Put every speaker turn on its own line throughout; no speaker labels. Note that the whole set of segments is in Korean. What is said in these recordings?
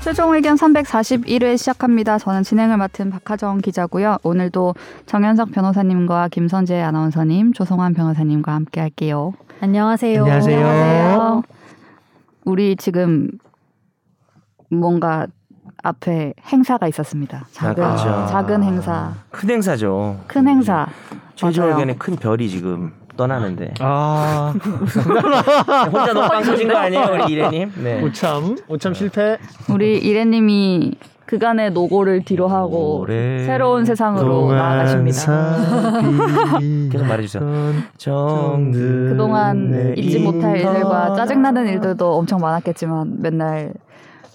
최종 의견 341회 시작합니다. 저는 진행을 맡은 박하정 기자고요. 오늘도 정현석 변호사님과 김선재 아나운서님, 조성환 변호사님과 함께 할게요.
안녕하세요.
안녕하세요. 안녕하세요.
우리 지금 뭔가 앞에 행사가 있었습니다. 작은,
아, 그렇죠.
작은 행사,
큰 행사죠. 음,
큰 행사.
최종
맞아요.
의견의 큰 별이 지금 떠나는데
아,
아, 혼자 녹방 터진 거 아니에요, 우리 이래님? 네.
오참, 오참 실패.
우리 이래님이 그간의 노고를 뒤로 하고
노래
새로운 세상으로
네.
동안
나아가십니다.
사귀
계속 말해주세요.
전
정들
그동안
음,
네,
잊지 못할
인터넷.
일과 짜증나는 일들도 엄청 많았겠지만 맨날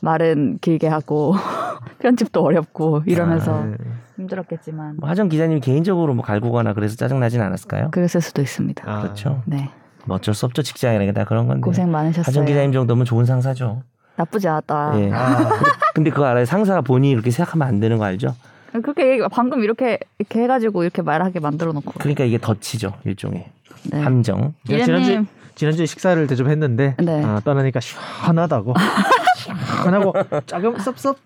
말은 길게 하고 편집도 어렵고 이러면서
아,
네.
힘들었겠지만
뭐 하정 기자님 개인적으로 뭐 갈구거나 그래서 짜증 나진 않았을까요?
그랬을 수도 있습니다.
아,
그렇죠.
네
뭐 어쩔 수 없죠 직장이라는 게다 그런 건데.
고생
하정
많으셨어요.
기자님 정도면 좋은 상사죠.
나쁘지 않았다.
예.
아,
근데 그거 알아요? 상사가 본인이 그렇게 생각하면 안 되는 거 알죠?
그렇게 얘기- 방금 이렇게 이렇게 해가지고 이렇게 말하게 만들어 놓고
그러니까 이게 덫이죠 일종의
네.
함정.
제가 지난주
이래님
지난주에 식사를 대접했는데
네.
아, 떠나니까 시원하다고 시원하고 조금 섭섭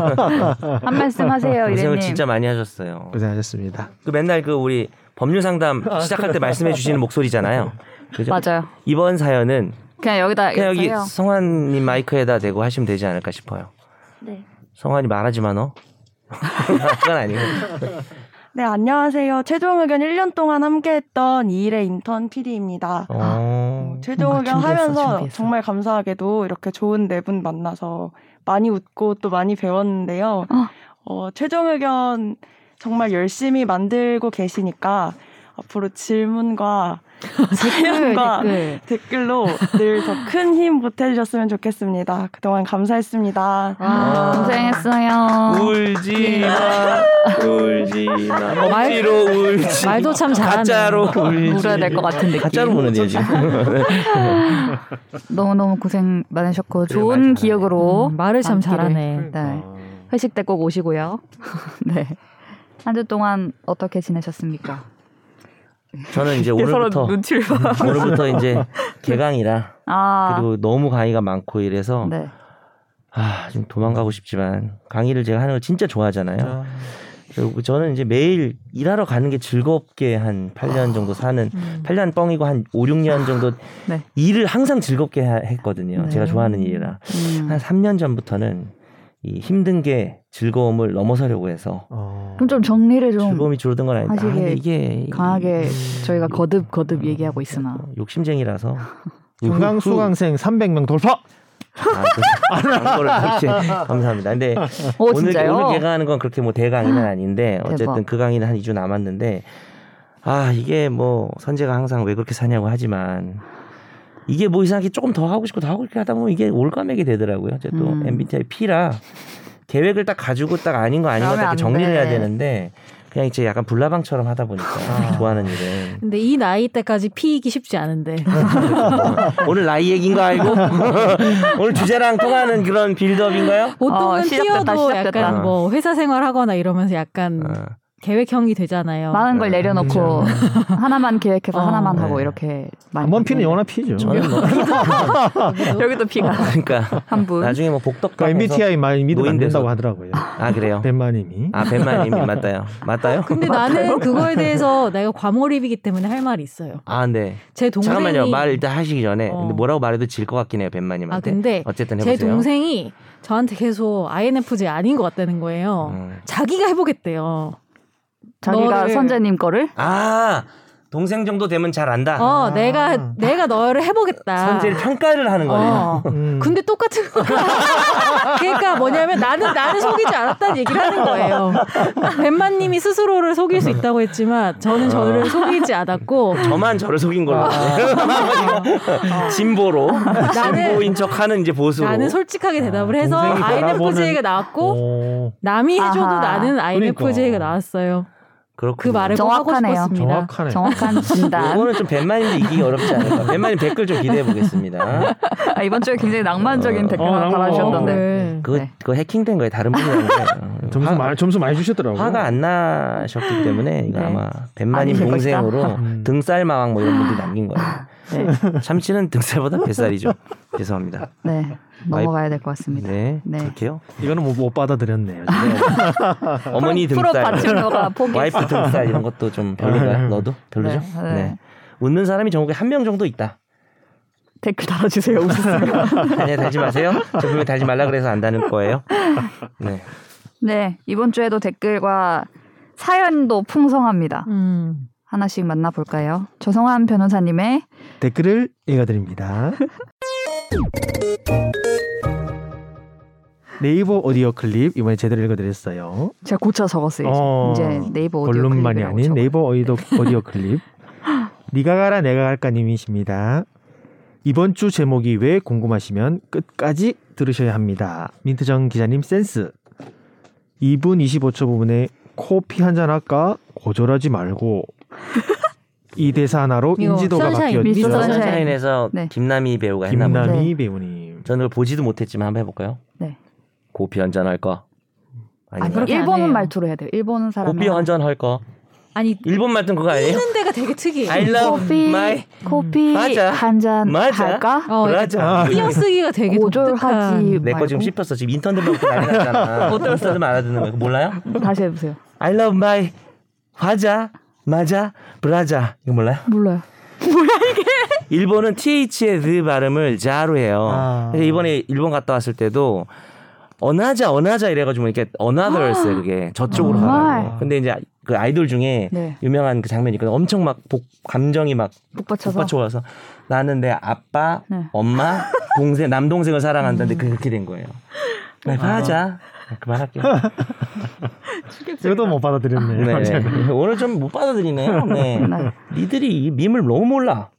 한 말씀 하세요,
고생을
이래님.
진짜 많이 하셨어요.
고생하셨습니다.
그 맨날 그 우리 법률 상담 시작할 때 말씀해 주시는 목소리잖아요. 그죠?
맞아요. 아,
이번 사연은
그냥 여기다
그냥 여기
써요.
성환님 마이크에다 대고 하시면 되지 않을까 싶어요.
네.
성환이 말하지 마 너. 그건 아니고.
네, 안녕하세요. 최종 의견 1년 동안 함께했던 이일의 인턴 PD입니다.
어.
최종
뭔가
의견
준비했어,
하면서
준비했어.
정말 감사하게도 이렇게 좋은 네 분 만나서 많이 웃고 또 많이 배웠는데요.
어.
어, 최종 의견 정말 열심히 만들고 계시니까 앞으로 질문과 사연과
댓글.
댓글로 늘 더 큰 힘 보태주셨으면 좋겠습니다. 그동안 감사했습니다.
아, 고생했어요.
울지
네.
마. 울지
아,
마.
뭐
말-
억지로 울지.
말도 참 잘하네.
가짜로 울지.
울어야 될 것 같은 느낌.
가짜로 우는데요 지금. 네.
너무너무 고생 많으셨고
그래요,
좋은
많이 그러니까.
기억으로
음, 말을 참
남기를.
잘하네.
네. 회식 때 꼭 오시고요. 네. 한 주 동안 어떻게 지내셨습니까?
저는 이제 네, 오늘부터
눈치를 봐.
오늘부터 이제 개강이라
아.
그리고 너무 강의가 많고 이래서
네.
아, 좀 도망가고 싶지만 강의를 제가 하는 걸 진짜 좋아하잖아요. 그리고 저는 이제 매일 일하러 가는 게 즐겁게 한 8년 정도 사는 8년 뻥이고 한 5, 6년 정도
아, 음. 네.
일을 항상 즐겁게 하- 했거든요.
네.
제가 좋아하는 일이라.
음.
한 3년 전부터는 이 힘든 게 즐거움을 넘어서려고 해서
어.
그럼 좀 정리를 좀
즐거움이 음. 줄어든 건 아닌데 아,
사실은
근데 이게
강하게 저희가 거듭 거듭 얘기하고 있으나
음. 욕심쟁이라서
중강 수강생 300명 돌파.
아, 그, 광고를 그렇게 감사합니다. 근데
오
오늘
어, 진짜요?
오늘 제가 하는 건 그렇게 뭐 대강의는 아닌데 어쨌든
대박.
그 강의는 한 2주 남았는데 아 이게 뭐 선재가 항상 왜 그렇게 사냐고 하지만 이게 뭐 이상하게 조금 더 하고 싶고 더 하고 이렇게 하다 보면 이게 올가맥이 되더라고요. 제또
음.
MBTI P라 계획을 딱 가지고 딱 아닌 거 아닌 거
그러면
딱
안
정리를 해야
돼.
되는데 그냥 이제 약간 불나방처럼 하다 보니까 좋아하는 일은
근데 이 나이 때까지 피이기 쉽지 않은데.
어, 오늘 나이 얘기인 거 알고 오늘 주제랑 통하는 그런 빌드업인가요?
보통은
어, 시작됐다,
피어도
시작됐다.
약간 뭐 회사 생활하거나 이러면서 약간
어.
계획형이 되잖아요.
많은 걸 내려놓고 하나만 계획해서
어.
하나만
그렇죠. 네.
하고 이렇게 많이
한번 피는 영원한 피죠. 그러니까
저는 뭐
여기도 피가
그러니까
한
음.
분.
나중에 뭐 복덕가
그러니까 MBTI 많이 믿으면 안
노인돼서.
된다고 하더라고요.
아 그래요?
네. 뱀마님이.
아 뱀마님이 맞다요. 맞다요?
근데 나는 그거에 대해서 내가 과몰입이기 때문에 할 말이 있어요.
아 네.
제 동생이
잠깐만요. 말 일단 하시기 전에
어.
근데 뭐라고 말해도 질 것 같긴 해요 뱀마님한테.
아 근데
어쨌든
제
해보세요.
동생이 저한테 계속 INFJ 아닌 것 같다는 거예요.
음.
자기가 해보겠대요.
자기가
너를-
선재님 거를
아 동생 정도 되면 잘 안다.
어, 내가 내가 너를 해보겠다.
선제를 평가를 하는 거네요.
어.
음.
근데 똑같은 거. 그러니까 뭐냐면 나는 나를 속이지 않았다는 얘기를 하는 거예요. 뱀마님이 스스로를 속일 수 있다고 했지만 저는
아.
저를 속이지 않았고
저만 저를 속인 걸로. 진보로
어. 나는-
진보인 척하는 이제 보수로.
나는 솔직하게 대답을 해서
아, 동생이
INFJ가
바라보는-
뭐?
나왔고
오,
남이 해줘도
아하.
나는 INFJ가
그러니까.
나왔어요.
그렇군요.
그 말을 꼭 하고
정확하네요.
싶었습니다.
정확하네.
정확한 진단.
이거는 좀 뱀마님도 이기기 어렵지 않을까. 뱀마님 댓글 좀 기대해 보겠습니다.
아, 이번 주에 굉장히 낭만적인
어,
댓글
어,
하나
낭만.
달아주셨던데.
네.
그거
네.
그거 해킹된 거예요. 다른 분이 아니에요.
점수 많이 점수 많이 주셨더라고요.
화가 안 나셨기 때문에 이거
어. 네.
아마 뱃마님
아니실 것이다. 아.
동생으로
음.
등쌀 마왕 뭐 이런 분들이 남긴 거예요.
네.
참치는 등살보다 뱃살이죠. 죄송합니다.
네 넘어가야 될 것 같습니다.
네,
네.
그렇게요.
이거는 뭐 못 받아들였네요.
어머니
프로
등살,
받침로가 포기.
와이프 등살 이런 것도 좀 별로가 너도 별로죠.
네, 네.
네. 웃는 사람이 전국에 한 명 정도 있다.
댓글 달아주세요. 웃으세요.
아니 달지 마세요. 저 분명 달지 말라 그래서 안 다는 거예요. 네.
네 이번 주에도 댓글과 사연도 풍성합니다.
음.
하나씩 만나볼까요? 조성환 변호사님의
댓글을 읽어드립니다. 네이버 오디오 클립 이번에 제대로 읽어드렸어요.
제가 고쳐 적었어요. 이제.
어,
이제 네이버 오디오
본론만이
클립이라고
아닌
적어요.
네이버 오디오, 오디오 클립. 니가 가라 내가 갈까님이십니다. 이번 주 제목이 왜 궁금하시면 끝까지 들으셔야 합니다. 민트정 기자님 센스. 2분 25초 부분에 커피 한잔 할까? 고절하지 말고. 이 대사 하나로
이거
인지도가
선샤인,
바뀌었죠.
미스터 선샤인.
선샤인에서
네.
김남희 배우가 했나 보죠.
김남희
네.
배우님.
저는 그걸 보지도 못했지만 한번 해볼까요?
네.
고피 한 잔 할까?
아,
아니면
그렇게 안
일본은
해요.
말투로 해야 돼요. 일본은 사람.
고피 한 잔 할까?
아니
일본 말든 그거 아니에요?
쓰는 데가 되게 특이해.
I love
커피
my
커피
맞아.
한잔
맞아.
할까?
어, 이렇게
브라자.
띄어쓰기가 되게 독특한.
고졸하지
내거
말고
지금 씹혔어. 지금 인턴 들만 고 난리 났잖아. 못 들었어. 들면 알아듣는 거야. 그거 몰라요?
다시 해보세요.
I love my 화자, 마자, 브라자. 이거 몰라요?
몰라요.
일본은 TH의 느 발음을 자로 해요.
아.
그래서 이번에 일본 갔다 왔을 때도 어나자 어나자 이래가지고 보니까 어나더였어요 그게 저쪽으로
아. 정말?
가고. 근데 이제 그 아이돌 중에
네.
유명한 그 장면이 있거든. 엄청 막 복, 감정이 막
북받쳐서.
폭받쳐와서 나는 내 아빠,
네. 음.
엄마, 동생, 남동생을 사랑한다는데 그렇게 된 거예요.
아.
네, 하자. 그만할게요.
네.
이것도 못 받아들였네요.
네, 네. 오늘 좀 못 받아들이네요. 네.
네.
니들이 이 밈을 너무 몰라.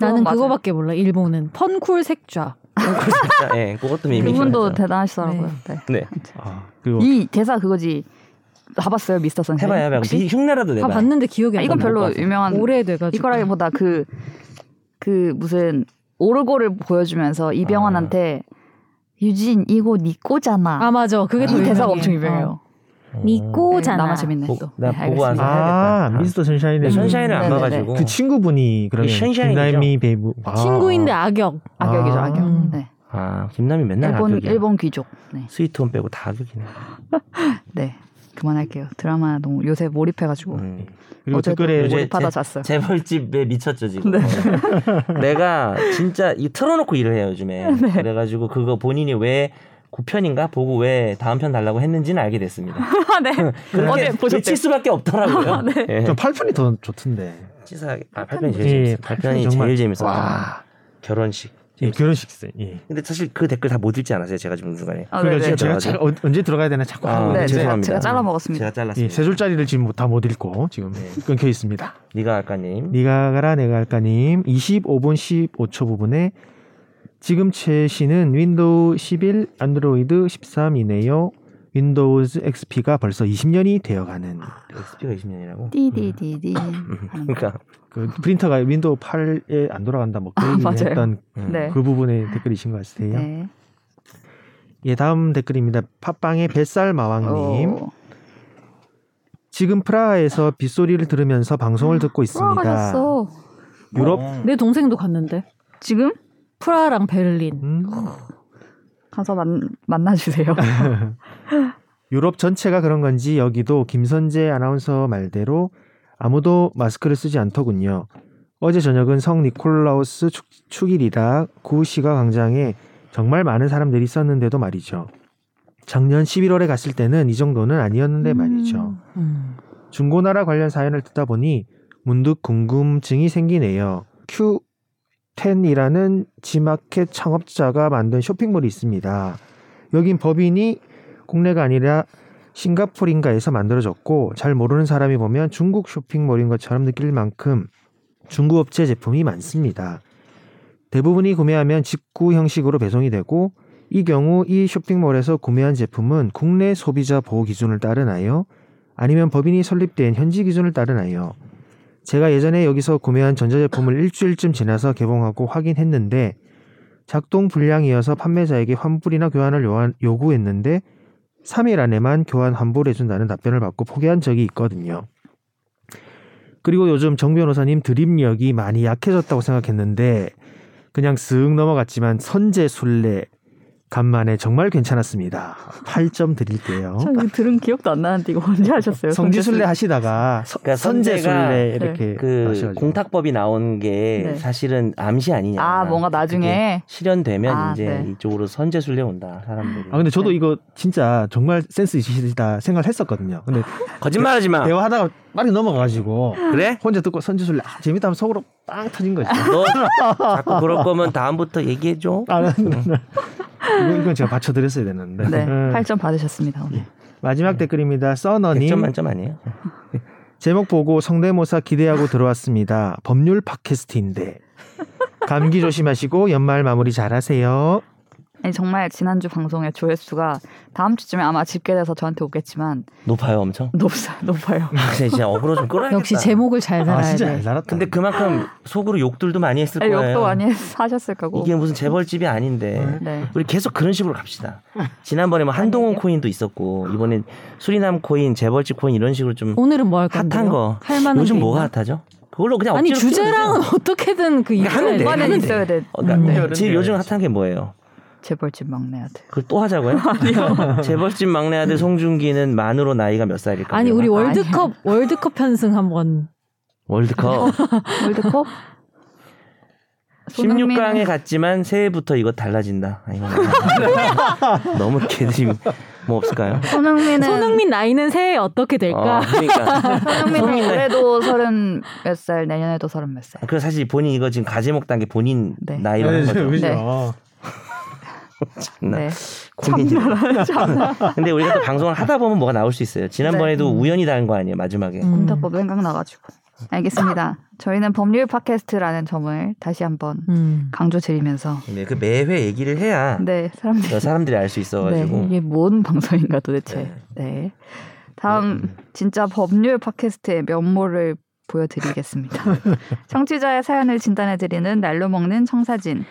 나는
맞아요.
그거밖에 몰라. 일본은 펀쿨 색좌.
진짜. 네, 그것도 밈이죠.
그분도 대단하시더라고요. 네.
네.
아, 그리고
이 대사 그거지. 봐봤어요, 미스터 선생.
해봐요, 해봐요. 미- 흉내라도
네,
다
내봐.
봤는데 기억이
네? 아,
안
이건
나.
별로
봤어.
유명한
오래돼가지고.
이거라기보다 그 그 무슨 오르골을 보여주면서 이병헌한테
아.
유진 이거 네 꼬잖아.
아 맞아. 그게 더
이 대사가
유명해. 어.
엄청 유명해요.
어.
니꼬잖아.
음, 남아 재밌네.
보-
또.
나
네, 알겠습니다.
보고 와서.
아,
해야겠다.
미스터 선샤인의
네, 선샤인을 안
네네네.
봐가지고.
그 친구분이 그러면
그 선샤인이죠.
김남희 배우 아.
친구인데 악역.
악역이죠,
아.
악역. 네.
아, 김남이 맨날
일본
악역이야.
일본 귀족. 네.
스위트홈 빼고 다 악역이네.
네. 그만할게요. 드라마 너무 요새 몰입해가지고
음.
그리고
어제도
댓글에
요새
몰입하다
제-
잤어요.
재벌집에 미쳤죠 지금. 어. 내가 진짜 이 틀어놓고 일을 해요 요즘에. 그래가지고 그거 본인이 왜 9편인가 보고 왜 다음 편 달라고 했는지는 알게 됐습니다.
아,
네.
그렇게 미칠 수밖에 없더라고요. 예.
좀 8편이 더 좋던데
치사하게. 아, 8편이
예,
제일 재밌어.
팔편이
8편이
정말-
제일 재밌어.
와.
결혼식.
예, 결혼식 때 예.
근데 사실 그 댓글 다 못 읽지 않았어요 제가 지금 중간에.
아,
그러니까
네네.
맞아요.
제가 잘, 언- 언제 들어가야 되나 자꾸
아,
하고
네,
있는데
제가-
죄송합니다.
제가 잘라 먹었습니다.
제가 잘랐습니다.
예, 세 줄짜리를 지금 다 못 읽고 지금
네.
끊겨 있습니다
네가 아까님.
니가 가라 내가 할까님 25분 15초 부분에 지금 최신은 윈도우 11 안드로이드 13이네요 윈도우즈 XP가 벌써 20년이 되어가는
아.
XP가 20년이라고.
띠디디디.
그러니까
그 프린터가 윈도우 8에 안 돌아간다 뭐
아,
그런
맞아요.
했던
음.
네.
그 부분의 댓글이신 것 같으세요
네.
예, 다음 댓글입니다. 팟빵의 뱃살 마왕님.
오.
지금 프라하에서 빗소리를 들으면서 방송을 듣고 있습니다.
돌아가셨어. 네.
유럽
내 동생도 갔는데.
지금
프라하랑 베를린.
음,
가서 만, 만나주세요.
유럽 전체가 그런 건지 여기도 김선재 아나운서 말대로 아무도 마스크를 쓰지 않더군요. 어제 저녁은 성 니콜라우스 축, 축일이라 구시가 광장에 정말 많은 사람들이 있었는데도 말이죠. 작년 11월에 갔을 때는 이 정도는 아니었는데 말이죠.
음.
중고나라 관련 사연을 듣다 보니 문득 궁금증이 생기네요. Q10이라는 지마켓 창업자가 만든 쇼핑몰이 있습니다. 여긴 법인이 국내가 아니라 싱가포르인가에서 만들어졌고 잘 모르는 사람이 보면 중국 쇼핑몰인 것처럼 느낄 만큼 중국 업체 제품이 많습니다. 대부분이 구매하면 직구 형식으로 배송이 되고 이 경우 이 쇼핑몰에서 구매한 제품은 국내 소비자 보호 기준을 따르나요? 아니면 법인이 설립된 현지 기준을 따르나요? 제가 예전에 여기서 구매한 전자제품을 일주일쯤 지나서 개봉하고 확인했는데 작동 불량이어서 판매자에게 환불이나 교환을 요한- 요구했는데 3일 안에만 교환 환불해준다는 답변을 받고 포기한 적이 있거든요. 그리고 요즘 정 변호사님 드립력이 많이 약해졌다고 생각했는데 그냥 쓱 넘어갔지만 선제 순례 간만에 정말 괜찮았습니다. 8점 드릴게요.
참 이거 들은 기억도 안 나는데 이거 언제 하셨어요?
어? 성지 순례 하시다가 서-
그러니까
선제
선제가
순례
네.
이렇게
그
하셔가지고.
공탁법이 나온 게
네.
사실은 암시 아니냐.
아, 뭔가 나중에.
그게 실현되면
아,
이제
네.
이쪽으로 선제술래 온다 사람들이.
아 근데 저도 이거 진짜 정말 센스 있으시다 생각을 했었거든요. 근데
거짓말하지 마.
대화하다가 빨리 넘어가가지고
아. 그래?
혼자 듣고 선지 순례 아, 재밌다 하면 속으로 빵 터진 거죠.
너 자꾸 그럴 거면 다음부터 얘기해 줘.
아, 네. 이건, 이건 제가 받쳐드렸어야 되는데.
네,
음.
8점 받으셨습니다 오늘.
네.
마지막 댓글입니다.
100점
써너님
만점 아니에요?
제목 보고 성대모사 기대하고 들어왔습니다. 법률 팟캐스트인데 감기 조심하시고 연말 마무리 잘하세요.
아니, 정말 지난주 방송의 조회수가 다음 주쯤에 아마 집계돼서 저한테 오겠지만
높아요, 엄청.
높아요, 높아요.
아, 진짜 어그로 좀 끌어야겠다.
역시 제목을 잘
아
달아야
진짜
돼.
잘 살았다.
근데 그만큼 속으로 욕들도 많이 했을
아니,
거예요.
욕도 많이 했- 하셨을 거고.
이게 무슨 재벌집이 아닌데.
네.
우리 계속 그런 식으로 갑시다. 지난번에 뭐
아,
한동훈
네.
코인도 있었고 이번엔 수리남 코인, 재벌집 코인 이런 식으로 좀
오늘은 뭐 할
핫한
건데요?
거.
할 만한
요즘
게
뭐가
있나?
핫하죠? 그걸로 그냥
아니
억지로
주제랑은 어떻게든 그
그러니까 하면
이거는-
돼.
이거는 있어야 돼.
어, 나,
음.
나-
네,
여름
지금 요즘
여름
핫한 게 뭐예요?
재벌집 막내 아들.
그걸 또 하자고요? 재벌집 막내 아들 송중기는 만으로 나이가 몇 살일까?
아니 우리 월드컵 월드컵 편승 한번
월드컵
월드컵?
16강에 갔지만 새해부터 이거 달라진다. 아, 이거 너무 개드림 뭐 없을까요?
손흥민은 손흥민
손흥민 나이는 새해 어떻게 될까?
어, 그러니까
은 올해도 서른 몇 살 내년에도 서른 몇 살.
그 사실 본인 이거 지금 가지목 단계 본인
네.
나이로 하는 거죠.
네.
아, 그죠.
나
네.
고민이다. 근데 우리가 또 방송을 하다 보면 뭐가 나올 수 있어요. 지난번에도
네.
우연히 다른 거 아니에요, 마지막에.
음.
공탁법 생각나가지고. 알겠습니다. 저희는 법률 팟캐스트라는 점을 다시 한번
음.
강조드리면서
네, 그 매회 얘기를 해야
네 사람들이
사람들이 알 수 있어가지고.
네, 이게 뭔 방송인가 도대체. 네.
네.
다음 진짜 법률 팟캐스트의 면모를 보여드리겠습니다. 청취자의 사연을 진단해드리는 날로 먹는 청사진.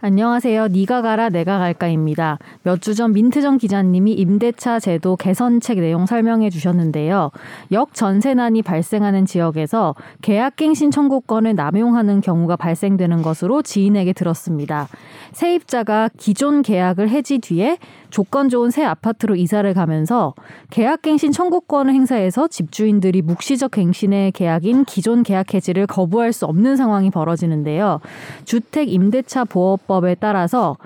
안녕하세요. 니가 가라 내가 갈까입니다. 몇 주 전 민트정 기자님이 임대차 제도 개선책 내용 설명해 주셨는데요. 역전세난이 발생하는 지역에서 계약갱신 청구권을 남용하는 경우가 발생되는 것으로 지인에게 들었습니다. 세입자가 기존 계약을 해지 뒤에 조건 좋은 새 아파트로 이사를 가면서 계약갱신 청구권을 행사해서 집주인들이 묵시적 갱신의 계약인 기존 계약 해지를 거부할 수 없는 상황이 벌어지는데요. 주택 임대차 보호법에 따라서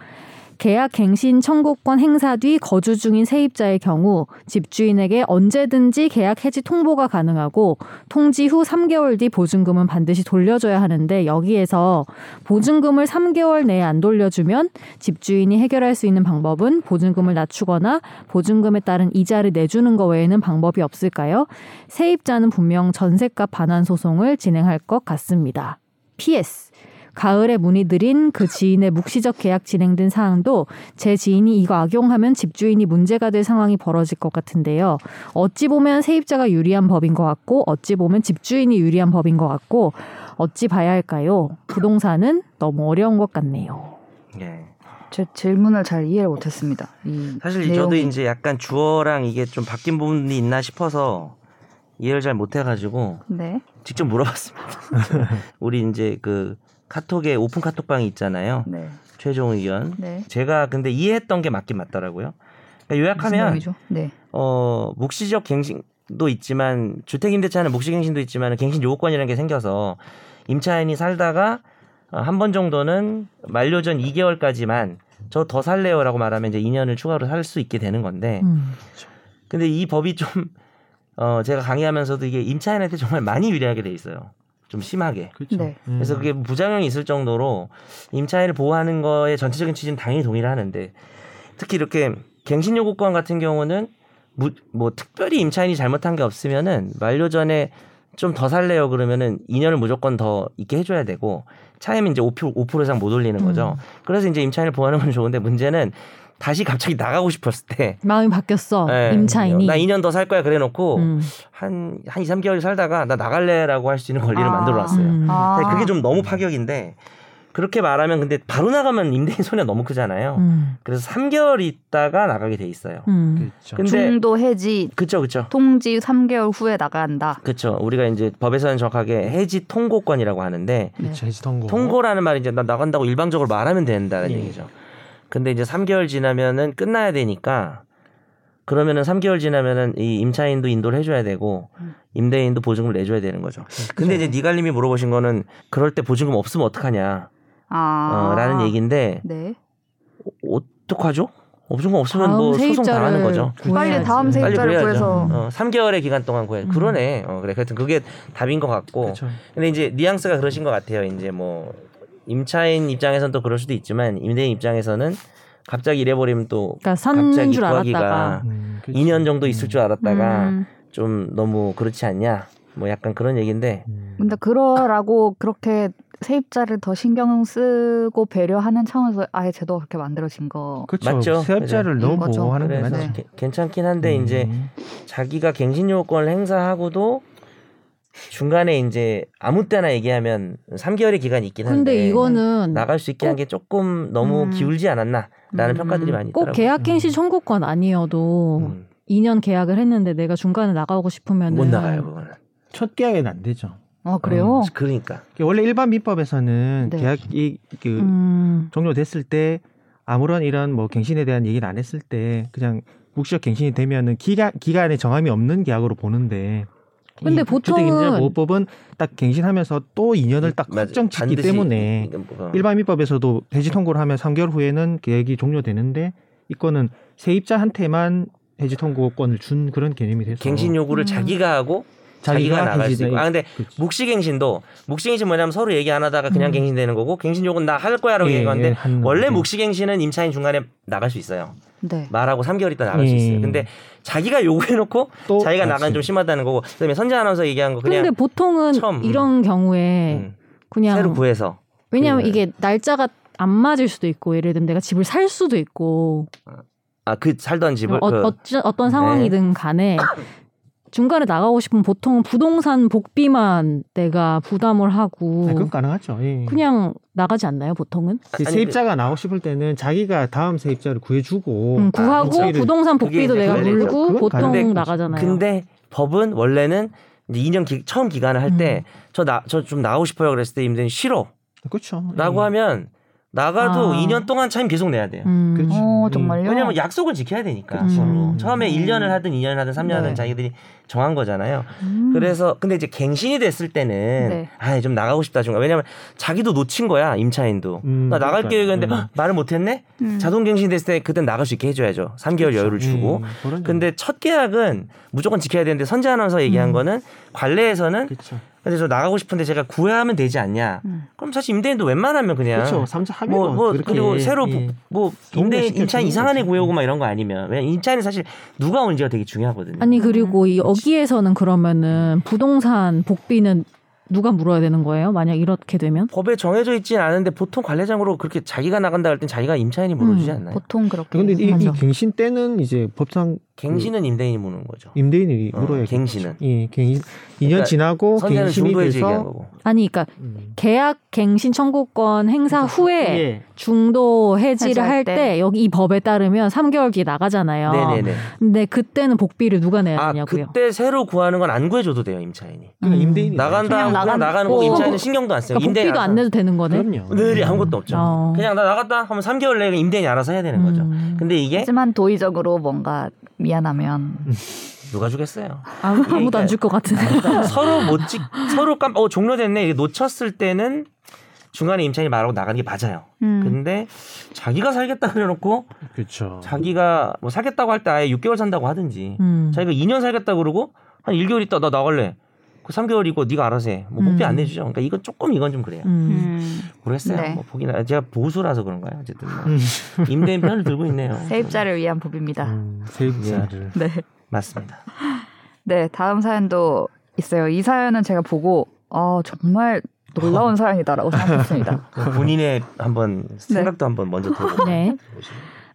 계약 갱신 청구권 행사 뒤 거주 중인 세입자의 경우 집주인에게 언제든지 계약 해지 통보가 가능하고 통지 후 3개월 뒤 보증금은 반드시 돌려줘야 하는데 여기에서 보증금을 3개월 내에 안 돌려주면 집주인이 해결할 수 있는 방법은 보증금을 낮추거나 보증금에 따른 이자를 내주는 것 외에는 방법이 없을까요? 세입자는 분명 전세값 반환 소송을 진행할 것 같습니다. PS 가을에 문의드린 그 지인의 묵시적 계약 진행된 사항도 제 지인이 이거 악용하면 집주인이 문제가 될 상황이 벌어질 것 같은데요. 어찌 보면 세입자가 유리한 법인 것 같고 어찌 보면 집주인이 유리한 법인 것 같고 어찌 봐야 할까요? 부동산은 너무 어려운 것 같네요.
예.
제 질문을 잘 이해를 못했습니다. 이
사실
내용이.
저도 이제 약간 주어랑 이게 좀 바뀐 부분이 있나 싶어서 이해를 잘 못해가지고
네.
직접 물어봤습니다. 우리 이제 그 카톡에 오픈 카톡방이 있잖아요.
네.
최종 의견.
네.
제가 근데 이해했던 게 맞긴 맞더라고요. 그러니까
무슨
요약하면
내용이죠? 네.
어 묵시적 갱신도 있지만 주택임대차는 묵시갱신도 있지만 갱신 요건이라는 게 생겨서 임차인이 살다가 한 번 정도는 만료 전 2개월까지만 저 더 살래요라고 말하면 이제 2년을 추가로 살 수 있게 되는 건데
음.
근데 이 법이 좀 어, 제가 강의하면서도 이게 임차인한테 정말 많이 유리하게 돼 있어요. 좀 심하게.
그렇죠.
네.
음,
음.
그래서 그게 부작용이 있을 정도로 임차인을 보호하는 거에 전체적인 취지는 당연히 동의를 하는데 특히 이렇게 갱신 요구권 같은 경우는 무- 뭐 특별히 임차인이 잘못한 게 없으면은 만료 전에 좀 더 살래요 그러면은 2년을 무조건 더 있게 해줘야 되고 차임은 이제 5% 5% 이상 못 올리는 거죠.
음.
그래서 이제 임차인을 보호하는 건 좋은데 문제는 다시 갑자기 나가고 싶었을 때
마음이 바뀌었어.
예,
임차인이.
나 2년 더 살 거야 그래 놓고
음.
한, 한 2, 3개월 살다가 나 나갈래라고 할 수 있는 권리를
아.
만들어 놨어요.
음.
아.
사실 그게 좀 너무 파격인데 그렇게 말하면 근데 바로 나가면 임대인 손해가 너무 크잖아요.
음.
그래서 3개월 있다가 나가게 돼 있어요.
음.
그렇죠.
근데
중도 해지
그쵸 그쵸.
통지 3개월 후에 나간다.
그쵸. 우리가 이제 법에서는 정확하게 해지 통고권이라고 하는데
그렇죠. 해지 통고.
네. 통고라는 말이 이제 나 나간다고 일방적으로 말하면 된다는
예.
얘기죠. 근데 이제 3개월 지나면은 끝나야 되니까 그러면은 3개월 지나면은 이 임차인도 인도를 해줘야 되고 임대인도 보증금을 내줘야 되는 거죠. 근데 이제 니갈님이 물어보신 거는 그럴 때 보증금 없으면 어떡하냐
아.
어, 라는 얘기인데
네.
어, 어떡하죠? 보증금 없으면
다음
뭐 소송
세입자를
당하는 거죠.
빨리
구해야지.
다음
빨리
세입자를
구해야죠.
구해서
어, 3개월의 기간 동안 구해. 그러네. 어, 그래. 하여튼 그게 답인 것 같고.
그렇죠.
근데 이제 뉘앙스가 그러신 것 같아요. 이제 뭐 임차인 입장에선 또 그럴 수도 있지만 임대인 입장에서는 갑자기 이래버리면 또
그러니까 산
갑자기
줄 알았다가
구하기가
음, 그렇죠.
2년 정도 있을 줄 알았다가
음.
좀 너무 그렇지 않냐. 뭐 약간 그런 얘기인데
음.
근데 그러라고 그렇게 세입자를 더 신경 쓰고 배려하는 차원에서 아예 제도가 그렇게 만들어진 거.
그렇죠.
맞죠?
세입자를 너무
그죠.
보호하는 게
그래서
맞죠.
맞아요.
게- 괜찮긴 한데 이제
음.
자기가 갱신 요건을 행사하고도 중간에 이제 아무 때나 얘기하면 3개월의 기간이 있긴 한데
근데 이거는
나갈 수 있게 한 게 조금 너무
음.
기울지 않았나라는
음.
평가들이 많이
꼭
있더라고요.
계약갱신 청구권 아니어도
음.
2년 계약을 했는데 내가 중간에 나가고 싶으면
못 나가요
음.
그거는.
첫 계약에는 안 되죠.
아 그래요?
음, 그러니까.
이게 원래 일반 민법에서는
네.
계약이 그
음.
종료됐을 때 아무런 이런 뭐 갱신에 대한 얘기는 안 했을 때 그냥 묵시적 갱신이 되면은 기간 기간에 정함이 없는 계약으로 보는데 이
근데 보통은-
주택임대보호법은 딱 갱신하면서 또 2년을 딱
음, 맞아.
확정 짓기
반드시
때문에
이게 뭐-
일반 민법에서도 해지 통고를 하면 3개월 후에는 계약이 종료되는데 이거는 세입자한테만 해지 통고권을 준 그런 개념이 돼서
갱신 요구를
음.
자기가 하고 자기가, 나갈 수 있고. 아 근데 묵시 갱신도 묵시 갱신 뭐냐면 서로 얘기 안 하다가 그냥
음.
갱신되는 거고 갱신 요구는 나 할 거야라고
예,
얘기하는데
음.
원래 묵시 갱신은 임차인 중간에 나갈 수 있어요.
네.
말하고 3개월 있다 나갈 수
예. 어,
있어요. 근데 자기가 요구해놓고 자기가 나가는 좀 심하다는 거고 그다음에 선재 아나운서 얘기한 거
근데
그냥
보통은
처음,
이런 경우에
음,
그냥
새로 구해서
왜냐면
그-
이게 날짜가 안 맞을 수도 있고 예를 들면 내가 집을 살 수도 있고
아 그 살던 집을
어,
그, 네.
어찌- 어떤 상황이든 간에 중간에 나가고 싶으면 보통 부동산 복비만 내가 부담을 하고
아,
그건 가능하죠. 예.
그냥 나가지 않나요 보통은
그
아니,
세입자가 나오고 싶을 때는 자기가 다음 세입자를 구해주고
음, 구하고
복비를-
부동산
어, 아, 그게
복비도
이제
내가
그거죠.
물고
그건
보통
가능해.
나가잖아요.
근데 법은 원래는 이제 2년 기- 처음 기간을 할 때 저 나 저 좀 나오고 싶어요 그랬을 때 임대인 싫어라고
그렇죠. 예.
하면 나가도
아.
2년 동안 차임 계속 내야 돼요.
음.
그렇죠.
어
음.
정말요?
왜냐면 약속을 지켜야 되니까
그쵸.
서로
음.
처음에 1년을 하든 2년을 하든 3년을
네.
하든 자기들이 정한 거잖아요.
음.
그래서 근데 이제 갱신이 됐을 때는
네.
아좀 나가고 싶다 중간 왜냐면 자기도 놓친 거야 임차인도
음,
나 나갈
그러니까요.
계획이었는데
음.
헉, 말을 못했네
음.
자동 갱신 됐을 때 그땐 나갈 수 있게 해줘야죠 3개월 여유를 주고
예, 그런
근데 첫 계약은 무조건 지켜야 되는데 선재 아나운서 얘기한
음.
거는 관례에서는
그렇죠.
근데 저 나가고 싶은데 제가 구애하면 되지 않냐
음.
그럼 사실 임대인도 웬만하면 그냥
그렇죠. 삼자 합의도
뭐, 뭐
그렇게
그리고 새로
예.
부- 뭐
동의를
임대
시켜주는
임차인 이상한 애
거지. 음.
구해오고 막 이런 거 아니면 왜냐 임차인은 사실 누가 온지가 되게 중요하거든요.
아니 그리고 이 여기에서는 그러면은 부동산 복비는 누가 물어야 되는 거예요? 만약 이렇게 되면?
법에 정해져 있진 않은데 보통 관례장으로 그렇게 자기가 나간다 할 땐 자기가 임차인이 물어주지
음,
않나요?
보통 그렇게.
근데 이, 이
하죠.
갱신 때는 이제 법상
갱신은 임대인이 무는 거죠.
임대인이
어,
물어야
갱신은.
예, 갱신 2년
그러니까
지나고
선재는
뭐 갱신이
중도에 얘기한
돼서
거고.
아니 그러니까
음.
계약 갱신 청구권 행사 후에
예.
중도 해지를 할
해지할
때
때.
여기 이 법에 따르면 3개월 뒤에 나가잖아요.
네네네.
근데 그때는 복비를 누가 내야
아
되냐고요.
그때 새로 구하는 건 안 구해줘도 돼요 임차인이.
그러니까
음.
임대인이
나간다
그냥
하고 그냥
나간-
나가는 거고
어.
임차인은 신경도 안 써요.
그러니까
임대인
복비도 안
알아서.
내도 되는 거네.
그럼요. 음.
늘이 아무것도 없죠.
어.
그냥 나 나갔다 하면 3개월 내에 임대인이 알아서 해야 되는 거죠.
음.
근데 이게
하지만 도의적으로 뭔가 미안하면
음. 누가 주겠어요?
아무- 아무도 안 줄 것 같은데.
서로 못 찍, 서로 깜, 어, 종료됐네. 이게 놓쳤을 때는 중간에 임차인이 말하고 나가는 게 맞아요.
음.
근데 자기가 살겠다 그래놓고
그렇죠.
자기가 뭐 살겠다고 할 때 아예 6개월 산다고 하든지
음.
자기가 2년 살겠다 그러고 한 1개월 있다 나 나갈래. 그 3개월이고 네가 알아서 해. 뭐 목표 안
음.
내주죠. 그러니까 이건 조금 이건 좀 그래요.
음.
모르겠어요.
네.
뭐 보기나 제가 보수라서 그런가요? 어쨌든 뭐.
음.
임대인 편을 들고 있네요.
세입자를 위한 법입니다.
음,
예.
세입자를
네.
맞습니다.
네, 다음 사연도 있어요. 이 사연은 제가 보고 아 정말 놀라운 사연이다라고 생각했습니다. 네.
본인의 한번 생각도 한번 먼저 들어보고
네.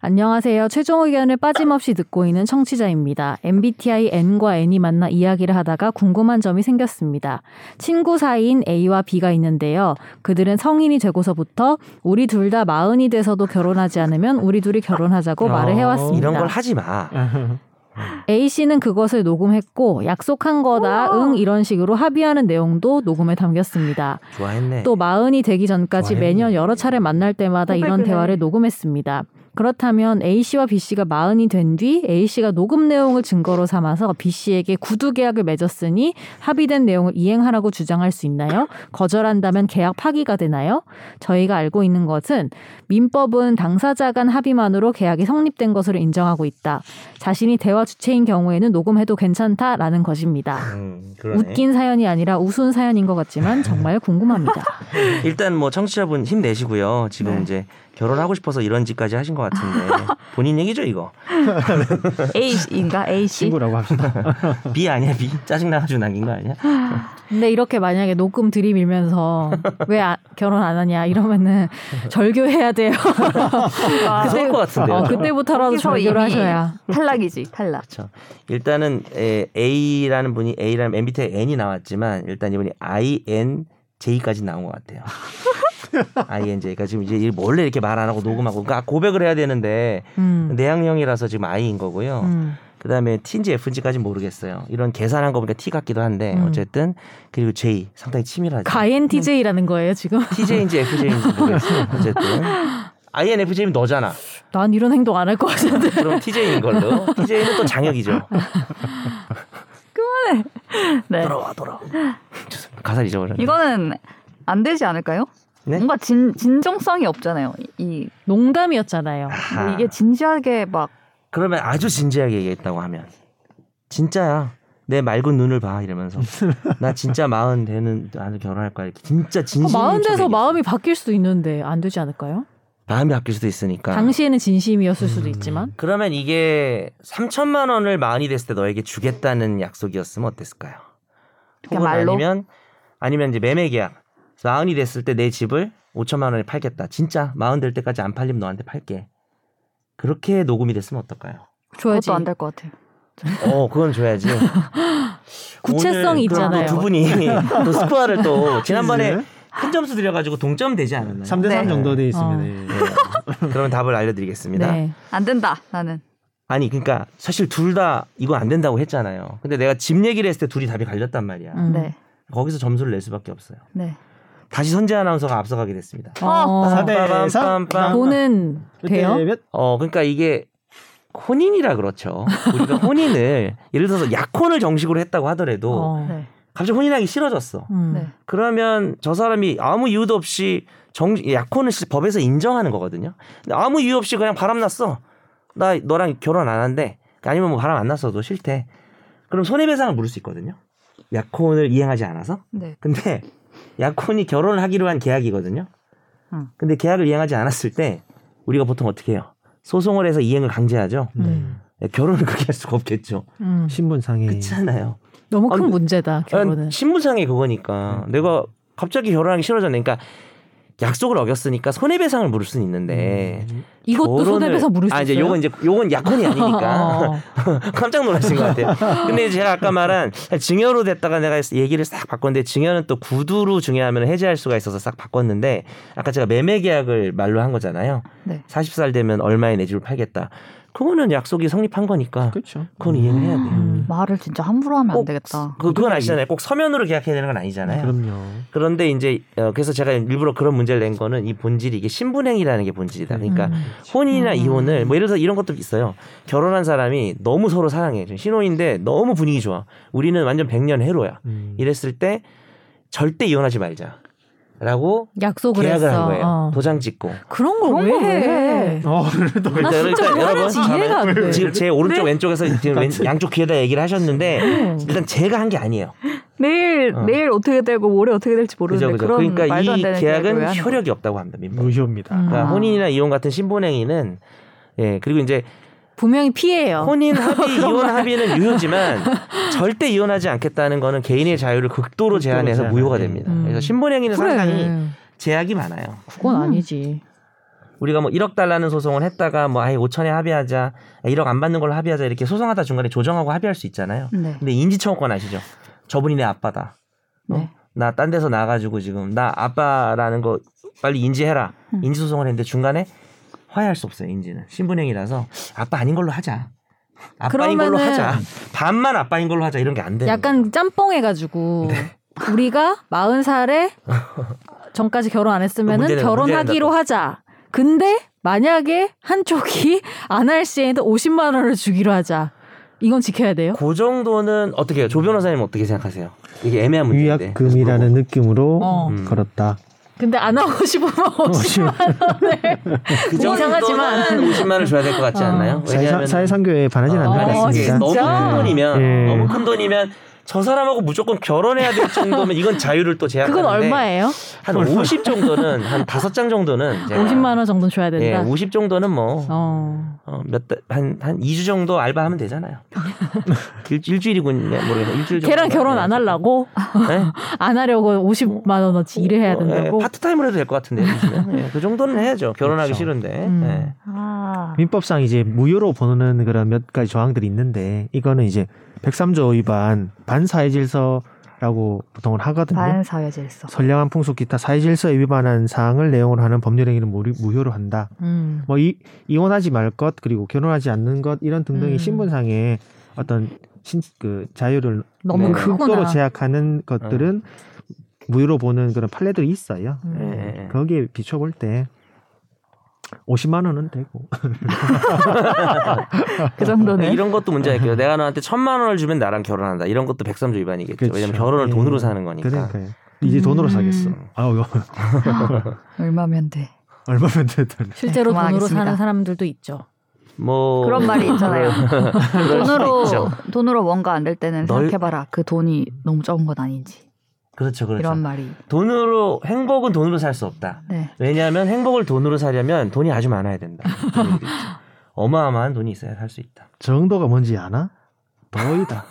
안녕하세요. 최종 의견을 빠짐없이 듣고 있는 청취자입니다. MBTI N과 N이 만나 이야기를 하다가 궁금한 점이 생겼습니다. 친구 사이인 A와 B가 있는데요. 그들은 성인이 되고서부터 우리 둘 다 마흔이 돼서도 결혼하지 않으면 우리 둘이 결혼하자고
어,
말을 해왔습니다.
아, 이런 걸
네.
하지 마.
A 씨는 그것을 녹음했고 약속한 거다 응 이런 식으로 합의하는 내용도 녹음에 담겼습니다.
좋아했네.
또 마흔이 되기 전까지
와인.
매년 여러 차례 만날 때마다 이런
고백을
대화를
해.
녹음했습니다. 그렇다면 A 씨와 B 씨가 마흔이 된 뒤 A 씨가 녹음 내용을 증거로 삼아서 B 씨에게 구두 계약을 맺었으니 합의된 내용을 이행하라고 주장할 수 있나요? 거절한다면 계약 파기가 되나요? 저희가 알고 있는 것은 민법은 당사자 간 합의만으로 계약이 성립된 것으로 인정하고 있다. 자신이 대화 주체인 경우에는 녹음해도 괜찮다라는 것입니다.
음, 그러네.
웃긴 사연이 아니라 우스운 사연인 것 같지만 정말 궁금합니다.
일단 뭐 청취자분 힘내시고요. 지금
네.
이제 결혼하고 싶어서 이런 짓까지 하신 것 같은데 본인 얘기죠 이거.
A인가 A씨?
친구라고 합시다.
B 아니야 B 짜증 나가지고 남긴 거 아니야?
근데 이렇게 만약에 녹음 들이밀면서 왜 아- 결혼 안 하냐 이러면은 절교해야 돼요.
아,
그럴 것 같은데요.
어, 그때부터라도
거기서
절교를
이미
하셔야.
탈락이지 탈락.
그렇죠. 일단은 에, A라는 분이 A라는 MBTI N이 나왔지만 일단 이분이 INJ까지 나온 것 같아요. INJ가 그러니까 지금 이제 이- 원래 이렇게 말 안 하고 녹음하고 그러니까 고백을 해야 되는데
음.
내향형이라서 지금 I인 거고요.
음.
그다음에 T인지 F인지까지 모르겠어요. 이런 계산한 거 보니까 T 같기도 한데
음.
어쨌든 그리고 J 상당히 치밀하죠.
INTJ라는 거예요 지금?
TJ인지 FJ인지 모르겠어요. 어쨌든 INFJ면 너잖아.
난 이런 행동 안 할 것 같은데.
그럼 TJ인 걸로. TJ는 또 장혁이죠.
네.
돌아와 돌아와. 죄송해요. 가사 잊어버렸네.
이거는 안 되지 않을까요?
네?
뭔가 진 진정성이 없잖아요. 이- 이
농담이었잖아요. 어,
아하.
이게 진지하게 막
그러면 아주 진지하게 얘기했다고 하면 진짜야. 내 맑은 눈을 봐 이러면서 나 진짜 마흔 되는 안에 결혼할 거야 이렇게 진짜 진심.
아, 마흔 돼서 마음이 바뀔 수도 있는데 안 되지 않을까요?
마음이 바뀔 수도 있으니까.
당시에는 진심이었을
음.
수도 있지만.
그러면 이게 3천만 원을 마흔이 됐을 때 너에게 주겠다는 약속이었으면 어땠을까요?
그냥
혹은
말로?
아니면 아니면 이제 매매 계약. 마흔이 됐을 때 내 집을 5천만 원에 팔겠다. 진짜 마흔 될 때까지 안 팔리면 너한테 팔게. 그렇게 녹음이 됐으면 어떨까요?
줘야지.
그것도 안 될 것 같아요.
어, 그건 줘야지.
구체성이
오늘 그럼
있잖아요. 네.
또두 분이 또 스코어를 또 지난번에
퀴즈.
큰 점수 드려가지고 동점 되지 않았나요?
3대 3
네.
정도 돼
어.
있으면 예.
그러면 답을 알려드리겠습니다.
네.
안 된다 나는.
아니 그러니까 사실 둘 다 이거 안 된다고 했잖아요. 근데 내가 집 얘기를 했을 때 둘이 답이 갈렸단 말이야.
음.
네.
거기서 점수를 낼 수밖에 없어요.
네.
다시 선재 아나운서가 앞서가게 됐습니다.
어,
사대
빰빰빰빰.
삼.
돈은 돼요?
네.
그때 몇?
어 그러니까 이게 혼인이라 그렇죠. 우리가 혼인을 예를 들어서 약혼을 정식으로 했다고 하더라도
어.
네.
갑자기 혼인하기 싫어졌어.
음.
네.
그러면 저 사람이 아무 이유도 없이 정 약혼을 시- 법에서 인정하는 거거든요. 근데 아무 이유 없이 그냥 바람 났어. 나 너랑 결혼 안 한대. 아니면 뭐 바람 안 났어도 싫대. 그럼 손해배상을 물을 수 있거든요. 약혼을 이행하지 않아서.
네.
근데 약혼이 결혼을 하기로 한 계약이거든요.
음.
근데 계약을 이행하지 않았을 때 우리가 보통 어떻게 해요? 소송을 해서 이행을 강제하죠.
음.
결혼을 그렇게 할 수가 없겠죠.
아,
음.
신분상의
그렇잖아요.
너무 큰
아, 근데-
문제다 결혼은. 음.
신분상의 그거니까 내가 갑자기 결혼하기 싫어졌네. 그러니까 약속을 어겼으니까 손해배상을 물을 수는 있는데
이것도
결혼을-
음. 손해배상 물을 수
아,
있어요.
이제 요건 이제 요건 약혼이 아니니까
어.
깜짝 놀라신 것 같아요. 근데 제가 아까 말한 증여로 됐다가 내가 얘기를 싹 바꿨는데 증여는 또 구두로 증여하면 해제할 수가 있어서 싹 바꿨는데 아까 제가 매매 계약을 말로 한 거잖아요.
네.
40살 되면 얼마에 내 집을 팔겠다. 그거는 약속이 성립한 거니까
그렇죠.
그건 이해를 해야 돼요.
음.
말을 진짜 함부로 하면 안
꼭
되겠다.
그, 그건 아시잖아요. 꼭 서면으로 계약해야 되는 건 아니잖아요.
네,
그럼요.
그런데 이제 어, 그래서 제가 일부러 그런 문제를 낸 거는 이 본질이 이게 신분행위라는 게 본질이다. 그러니까
음.
혼인이나
음.
이혼을 뭐 예를 들어 서 이런 것도 있어요. 결혼한 사람이 너무 서로 사랑해. 지금 신혼인데 너무 분위기 좋아. 우리는 완전 백년 해로야.
음.
이랬을 때 절대 이혼하지 말자. 라고
약속을
계약을
했어.
한 거예요.
어.
도장 찍고.
그런 걸
그런
왜
걸왜
해?
해?
어, 그래도
일단,
진짜
일단 여러분
화나지 이해가 안
네.
돼.
지금 제 오른쪽 왼쪽에서 지금 왼- 양쪽 귀에다 얘기를 하셨는데
네.
음.
일단 제가 한 게 아니에요.
내일
어.
내일 어떻게 되고 올해 어떻게 될지 모르는데
그죠, 그죠.
런
그러니까
말도 안
이
되는 계약을 왜
계약은
하는
효력이 없다고 합니다. 민법.
무효입니다.
음.
그러니까
아.
혼인이나 이혼 같은 신분행위는 예 그리고 이제
분명히 피해요.
혼인 합의 이혼 합의는 유효지만 절대 이혼하지 않겠다는 거는 개인의 자유를 극도로 제한해서
제한해.
무효가 됩니다.
음.
그래서 신분행위는
그래.
음. 상당히 제약이 많아요.
그건 아니지.
우리가 뭐 1억 달라는 소송을 했다가 뭐 아예 5천에 합의하자, 1억 안 받는 걸로 합의하자 이렇게 소송하다 중간에 조정하고 합의할 수 있잖아요.
네.
근데 인지청구권 아시죠? 저분이 내 아빠다. 어?
네.
나 딴 데서 나가지고 지금 나 아빠라는 거 빨리 인지해라.
음.
인지 소송을 했는데 중간에 화해할 수 없어요. 인지는 신분행위라서 아빠 아닌 걸로 하자. 아빠인 걸로
그러면은
하자. 반만 아빠인 걸로 하자 이런 게 안 돼요.
약간 짬뽕해가지고
네.
우리가 40살에 전까지 결혼 안 했으면은
문제는-
결혼하기로
문제는
하자. 근데 만약에 한쪽이 안 할 시에는 50만 원을 주기로 하자. 이건 지켜야 돼요.
그 정도는 어떻게 해요? 조 변호사님 어떻게 생각하세요? 이게 애매한 문제인데.
위약금이라는 느낌으로
어.
음.
걸었다.
근데 안 하고 싶으면 50만 원을.
그 정도는
이상하지만.
50만을 줘야 될 것 같지 않나요?
사회사, 사회상교에 반하진 않는 것
어,
아니, 이게
같습니다.
너무 큰 돈이면
예.
너무 큰 돈이면 저 사람하고 무조건 결혼해야 될 정도면 이건 자유를 또 제약하는데
그건 얼마예요?
한50 정도는 한 다섯 장 정도는 제가
50만 원 정도 줘야
예,
된다.
50 정도는 뭐,
어.
뭐몇한한 2주 정도 알바하면 되잖아요. 일, 일주일이군 모르겠네. 일주일 정도. 예,
걔랑 결혼 안 하려고
네?
안 하려고 50만 원어치 일을 해야
어,
된다고.
예, 파트타임으로 해도 될 것 같은데 요즘에. 예, 그 정도는 해야죠. 결혼하기
그렇죠.
싫은데.
음.
예.
아.
민법상 이제 무효로 보는 그런 몇 가지 조항들이 있는데 이거는 이제 103조 위반 반사회질서라고 보통은 하거든요.
반사회 질서.
선량한 풍속 기타 사회질서에 위반한 사항을 내용으로 하는 법률행위는 무리- 무효로 한다.
음.
뭐 이, 이혼하지 말 것 그리고 결혼하지 않는 것 이런 등등의
음.
신분상의 어떤 신, 그 자유를
너무
네.
극도로
크구나. 네.
제약하는 것들은 무효로 보는 그런 판례들이 있어요. 네,
음.
예, 예.
거기에 비춰볼 때 50만 원은 되고
그
네.
정도는.
이런 것도 문제겠고요. 내가 너한테 천만 원을 주면 나랑 결혼한다. 이런 것도 103조 위반이겠죠.
그렇죠.
왜냐면 결혼을
예.
돈으로 사는 거니까.
그러니까요. 이제 돈으로
음.
사겠어. 아유
얼마면 돼.
얼마면 되든
실제로
네,
돈으로
그만하겠습니다.
사는 사람들도 있죠.
뭐
그런 말이 있잖아요.
그럴 수도
돈으로
있죠.
돈으로 뭔가 안 될 때는
널-
생각해봐라. 그 돈이 너무 적은 건 아닌지
그렇죠, 그렇죠.
이런 말이.
돈으로 행복은 돈으로 살 수 없다.
네.
왜냐하면 행복을 돈으로 사려면 돈이 아주 많아야 된다. 그런 얘기도 있죠. 어마어마한 돈이 있어야 살 수 있다.
정도가 뭔지 아나? 더이다.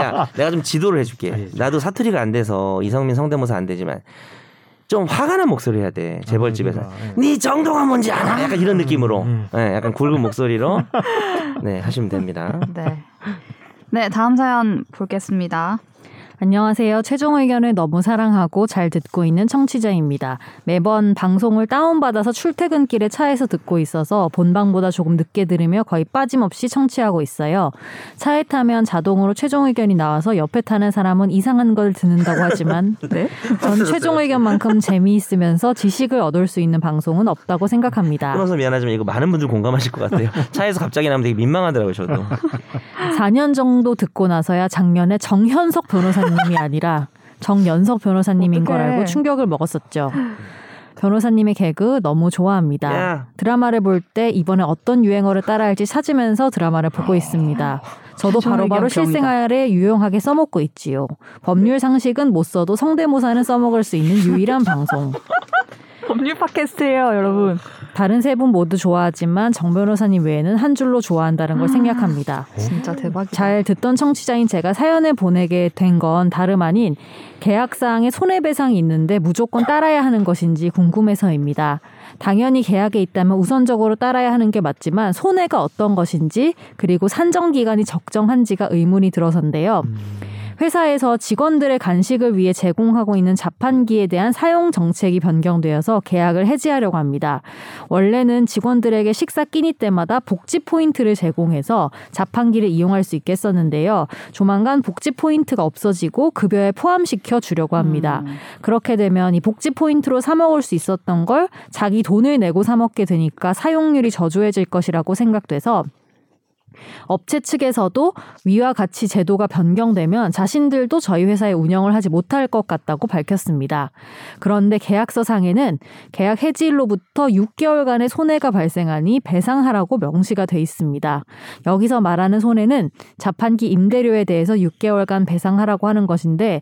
야, 내가 좀 지도를
아,
해줄게.
예.
나도 사투리가 안 돼서 이성민 성대모사 안 되지만 좀 화가 난 목소리 해야 돼.
아,
재벌집에서. 네 정도가 뭔지 알아? 약간 이런 느낌으로,
음.
네, 약간 굵은 목소리로 네 하시면 됩니다.
네. 네, 다음 사연 보겠습니다.
안녕하세요. 최종 의견을 너무 사랑하고 잘 듣고 있는 청취자입니다. 매번 방송을 다운받아서 출퇴근길에 차에서 듣고 있어서 본방보다 조금 늦게 들으며 거의 빠짐없이 청취하고 있어요. 차에 타면 자동으로 최종 의견이 나와서 옆에 타는 사람은 이상한 걸 듣는다고 하지만
네.
전 최종 의견만큼 재미있으면서 지식을 얻을 수 있는 방송은 없다고 생각합니다.
끊어서 미안하지만 이거 많은 분들 공감하실 것 같아요. 차에서 갑자기 나면 되게 민망하더라고요, 저도.
4년 정도 듣고 나서야 작년에 정현석 변호사님이 아니라 정연석 변호사님인 걸
어떡해.
알고 충격을 먹었었죠. 변호사님의 개그 너무 좋아합니다.
야.
드라마를 볼 때 이번에 어떤 유행어를 따라할지 찾으면서 드라마를 보고 있습니다. 저도
최종
바로바로
의견 병이다.
실생활에 유용하게 써먹고 있지요. 법률 상식은 못 써도 성대모사는 써먹을 수 있는 유일한 방송.
법률 팟캐스트예요, 여러분.
다른 세 분 모두 좋아하지만 정 변호사님 외에는 한 줄로 좋아한다는 걸 생략합니다.
진짜 대박이다.
잘 듣던 청취자인 제가 사연을 보내게 된 건 다름 아닌 계약사항에 손해배상이 있는데 무조건 따라야 하는 것인지 궁금해서입니다. 당연히 계약에 있다면 우선적으로 따라야 하는 게 맞지만 손해가 어떤 것인지 그리고 산정 기간이 적정한지가 의문이 들어서인데요. 회사에서 직원들의 간식을 위해 제공하고 있는 자판기에 대한 사용 정책이 변경되어서 계약을 해지하려고 합니다. 원래는 직원들에게 식사 끼니 때마다 복지 포인트를 제공해서 자판기를 이용할 수 있게 했었는데요. 조만간 복지 포인트가 없어지고 급여에 포함시켜 주려고 합니다.
음.
그렇게 되면 이 복지 포인트로 사 먹을 수 있었던 걸 자기 돈을 내고 사 먹게 되니까 사용률이 저조해질 것이라고 생각돼서 업체 측에서도 위와 같이 제도가 변경되면 자신들도 저희 회사의 운영을 하지 못할 것 같다고 밝혔습니다. 그런데 계약서 상에는 계약 해지일로부터 6개월간의 손해가 발생하니 배상하라고 명시가 돼 있습니다. 여기서 말하는 손해는 자판기 임대료에 대해서 6개월간 배상하라고 하는 것인데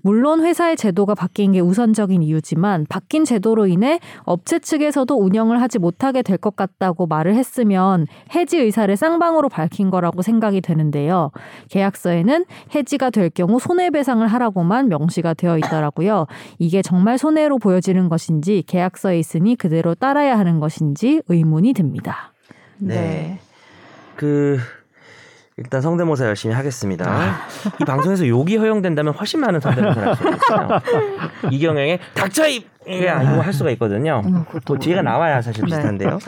물론 회사의 제도가 바뀐 게 우선적인 이유지만 바뀐 제도로 인해 업체 측에서도 운영을 하지 못하게 될 것 같다고 말을 했으면 해지 의사를 쌍방으로 밝힌 거라고 생각이 되는데요. 계약서에는 해지가 될 경우 손해배상을 하라고만 명시가 되어 있더라고요. 이게 정말 손해로 보여지는 것인지 계약서에 있으니 그대로 따라야 하는 것인지 의문이 듭니다.
네.
네. 그 일단 성대모사 열심히 하겠습니다. 이 방송에서 욕이 허용된다면 훨씬 많은 성대모사를 할 수 있어요. 이경영의 닥쳐 입 이게 아니고 할 수가 있거든요.
음, 그것도
뭐 뒤에가 나와야 사실
네.
비슷한데요.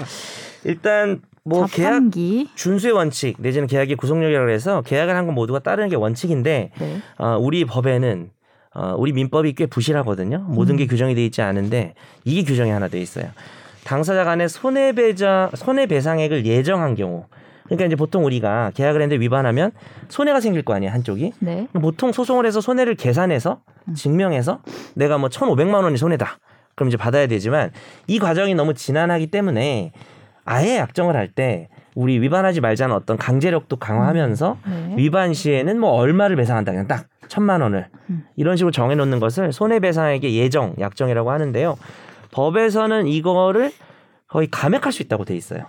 일단 뭐 계약
자판기.
준수의 원칙 내지는 계약의 구속력이라고 해서 계약을 한 건 모두가 따르는 게 원칙인데
네.
어, 우리 법에는 어, 우리 민법이 꽤 부실하거든요. 모든 게 규정이 돼 있지 않은데 이게 규정이 하나 돼 있어요. 당사자 간의 손해배자 손해배상액을 예정한 경우 그러니까 이제 보통 우리가 계약을 했는데 위반하면 손해가 생길 거 아니에요 한쪽이
네. 음.
보통 소송을 해서 손해를 계산해서 증명해서 내가 뭐 1,500만 원이 손해다. 그럼 이제 받아야 되지만 이 과정이 너무 지난하기 때문에 아예 약정을 할 때 우리 위반하지 말자는 어떤 강제력도 강화하면서
음. 네.
위반 시에는 뭐 얼마를 배상한다 그냥 딱 천만 원을
음.
이런 식으로 정해놓는 것을 손해배상액의 예정 약정이라고 하는데요 법에서는 이거를 거의 감액할 수 있다고 돼 있어요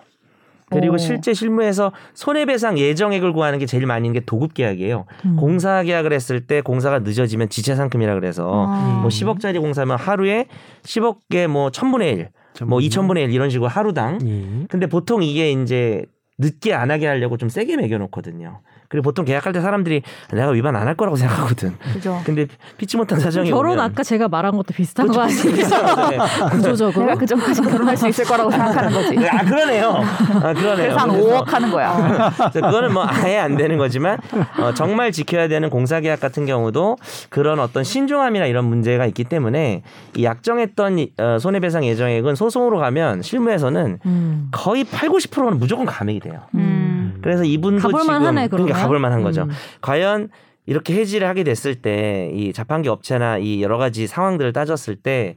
그리고
오.
실제 실무에서 손해배상 예정액을 구하는 게 제일 많이 있는 게 도급계약이에요
음.
공사 계약을 했을 때 공사가 늦어지면 지체상금이라 그래서
아.
뭐 10억짜리 공사면 하루에 10억에 뭐 1000분의 1, 뭐 2000분의 1 이런 식으로 하루당
예.
음? 근데 보통 이게 이제 늦게 안 하게 하려고 좀 세게 매겨 놓거든요. 그리고 보통 계약할 때 사람들이 내가 위반 안 할 거라고 생각하거든.
그죠.
근데 피치 못한 사정이
결혼
오면
아까 제가 말한 것도 비슷한 거 아니에요?
네.
구조적으로.
내가 그 전까지 결혼할 수 있을 거라고 생각하는 거지.
아 그러네요. 아 그러네요.
그래서 한
그래서
5억 하는 거야.
그래서 그거는 뭐 아예 안 되는 거지만 어, 정말 지켜야 되는 공사 계약 같은 경우도 그런 어떤 신중함이나 이런 문제가 있기 때문에 이 약정했던 이- 어, 손해배상 예정액은 소송으로 가면 실무에서는
음.
거의 8, 90%는 무조건 감액이 돼요.
음.
그래서 이분도
가볼만
지금
하네, 그러면.
그러니까 가볼만 한 거죠.
음.
과연 이렇게 해지를 하게 됐을 때 이 자판기 업체나 이 여러 가지 상황들을 따졌을 때.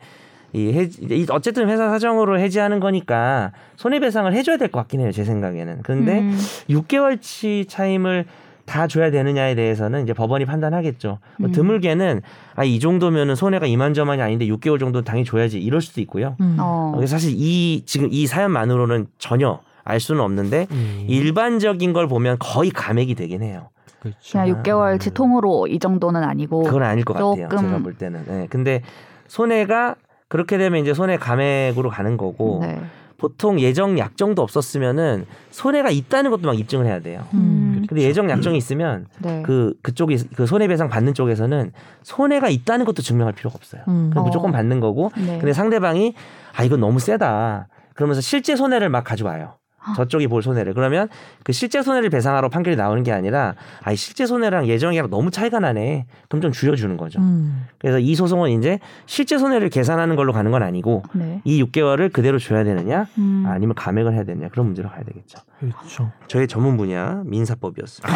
이 해지, 이 어쨌든 회사 사정으로 해지하는 거니까 손해배상을 해줘야 될 것 같긴 해요 제 생각에는. 근데
음.
6개월치 차임을 다 줘야 되느냐에 대해서는 이제 법원이 판단하겠죠. 뭐
음.
드물게는 아 이 정도면은 손해가 이만저만이 아닌데 6개월 정도 당연히 줘야지 이럴 수도 있고요.
음.
어.
그래서 사실 이 지금 이 사연만으로는 전혀 알 수는 없는데
예.
일반적인 걸 보면 거의 감액이 되긴 해요.
그렇죠.
그냥 6개월치 통으로 이 정도는 아니고.
그건 아닐 것 같아요.
조금.
제가 볼 때는. 네. 근데 손해가 그렇게 되면 이제 손해 감액으로 가는 거고
네.
보통 예정 약정도 없었으면은 손해가 있다는 것도 막 입증을 해야 돼요.
음.
근데 예정 약정이 있으면
네.
그 그쪽이 그 손해배상 받는 쪽에서는 손해가 있다는 것도 증명할 필요가 없어요.
음.
그냥
어.
무조건 받는 거고
네.
근데 상대방이 아 이건 너무 세다 그러면서 실제 손해를 막 가져와요.
아.
저쪽이 볼 손해를 그러면 그 실제 손해를 배상하러 판결이 나오는 게 아니라 아이 실제 손해랑 예정이랑 너무 차이가 나네 그럼 좀 줄여주는 거죠.
음.
그래서 이 소송은 이제 실제 손해를 계산하는 걸로 가는 건 아니고
네.
이 6개월을 그대로 줘야 되느냐
음.
아니면 감액을 해야 되느냐 그런 문제로 가야 되겠죠.
그렇죠.
저의 전문 분야 민사법이었어요.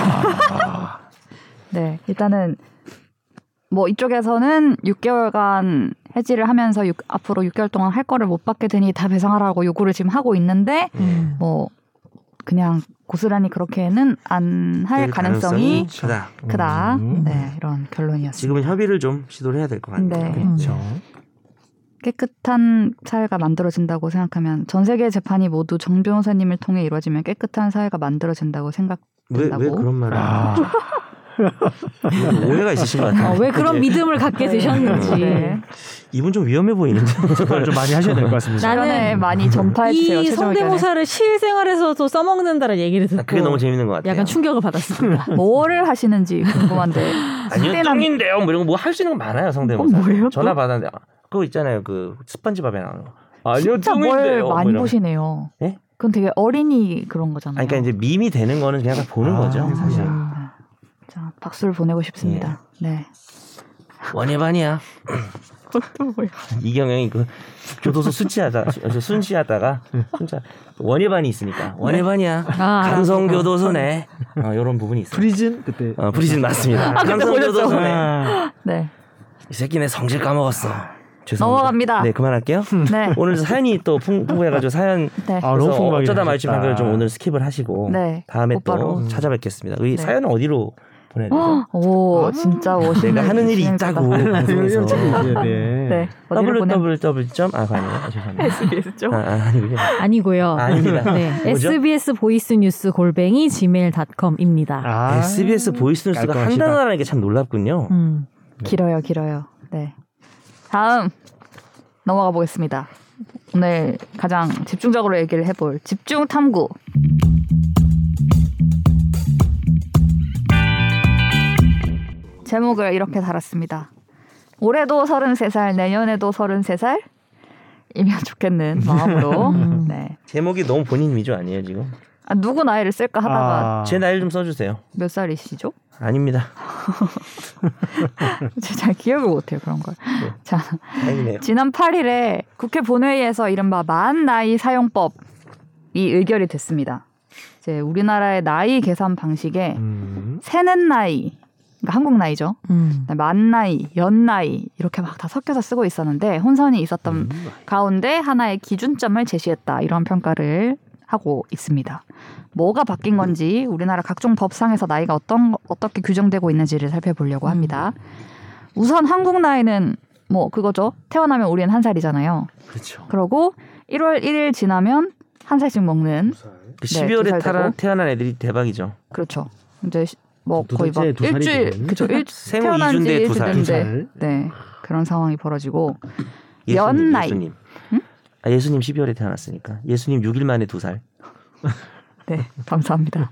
네, 일단은 뭐 이쪽에서는 6개월간 해지를 하면서 육- 앞으로 6개월 동안 할 거를 못 받게 되니 다 배상하라고 요구를 지금 하고 있는데
음.
뭐 그냥 고스란히 그렇게는 안 할 아, 가능성이,
네, 크다.
크다.
음.
네, 이런 결론이었습니다.
지금은 협의를 좀 시도를 해야 될 것 같네요.
네.
그렇죠.
음.
깨끗한 사회가 만들어진다고 생각하면 전 세계 재판이 모두 정 변호사님을 통해 이루어지면 깨끗한 사회가 만들어진다고 생각.
왜, 왜
된다고?
그런 말을
아,
하세요? 오해가 있으신 것 같아요.
어, 왜 그런 믿음을 갖게 되셨는지.
네.
이분 좀 위험해 보이는데.
정말 좀 많이 하셔야 될 것 같습니다.
전에
나는
많이 전파해 주세요.
이
최종 의견을.
성대모사를 실생활에서도 써먹는다는 얘기를 듣고
어,
그게 너무 재밌는 것 같아요.
약간 충격을 받았습니다.
뭐를 하시는지 궁금한데.
아니요,
성대남-
똥인데요. 뭐 이런 거 뭐 할 수 있는 거 많아요, 성대모사.
그건 어, 뭐예요, 또?
전화 받았는데 아, 그거 있잖아요, 그 스펀지밥에 나오는 거. 아니요,
진짜 뭘
똥인데요. 뭐
많이
이런 거.
보시네요.
예?
그건 되게 어린이 그런 거잖아요.
아니, 그러니까 이제 밈이 되는 거는 그냥 다 보는
아,
거죠, 네. 사실.
음.
아, 자, 박수를 보내고 싶습니다.
예.
네.
원예반이야.
그것도 뭐야.
이경영이 그 교도소 수치하다, 수- 저 순시하다가 진짜 원예반이
네.
있으니까 원예반이야.
아,
강성 교도소네.
아,
어, 이런 부분이 있어요.
프리즌 그때.
어, 아, 프리즌 맞습니다. 강성 교도소네.
네.
이 새끼 내 성질 까먹었어.
아,
죄송합니다.
넘어갑니다.
네, 그만할게요.
네.
오늘 사연이 또 풍- 풍부해가지고 사연
네.
아, 너무
그래서
풍부하게
어쩌다 말지
하셨다.
판결 좀 오늘 스킵을 하시고
네.
다음에
곧바로.
또 찾아뵙겠습니다. 이
네.
사연은 어디로 보내드려서
오 진짜 멋있네.
내가 하는 일이 있다고
아,
방송에서
네,
네. 어디를 보내?
www. 아 아니요 죄송합니다.
SBS죠.
아, 아, 아니군요.
아니고요.
아닙니다.
네,
뭐죠?
SBS 보이스 뉴스 골뱅이 gmail.com입니다.
아,
SBS 보이스뉴스가 한
깔끔하시다.
단어라는 게 참 놀랍군요.
음.
길어요, 길어요. 네. 다음 넘어가 보겠습니다. 오늘 가장 집중적으로 얘기를 해볼 집중 탐구. 제목을 이렇게 달았습니다. 올해도 33살, 내년에도 33살? 이면 좋겠는 마음으로.
음.
네.
제목이 너무 본인 위주 아니에요 지금?
아, 누구 나이를 쓸까 하다가
아,
제 나이를 좀 써주세요.
몇 살이시죠?
아닙니다.
제가 잘 기억을 못해요, 그런 걸. 자,
다행이네요.
지난 8일에 국회 본회의에서 이른바 만 나이 사용법이 의결이 됐습니다. 이제 우리나라의 나이 계산 방식에
음.
세는 나이, 그러니까 한국 나이죠.
음.
만 나이, 연 나이 이렇게 막 다 섞여서 쓰고 있었는데 혼선이 있었던
음.
가운데 하나의 기준점을 제시했다 이런 평가를 하고 있습니다. 뭐가 바뀐 건지 우리나라 각종 법상에서 나이가 어떤 어떻게 규정되고 있는지를 살펴보려고
음.
합니다. 우선 한국 나이는 뭐 그거죠. 태어나면 우리는 한 살이잖아요.
그렇죠.
그러고 1월 1일 지나면 한 살씩 먹는 네, 두
그 12월에
살
태어난,
되고.
태어난 애들이 대박이죠.
그렇죠. 이제 시- 뭐
두
거의 막
살째 두 살이
일주일
되는?
그렇죠. 일
생후
태어난 지
이주인데 두
일주일
살.
된 네.
잘.
네. 그런 상황이 벌어지고
예수님,
연 나이.
예수님. 아, 예수님 12월에 태어났으니까 예수님 6일 만에 두 살.
네, 감사합니다.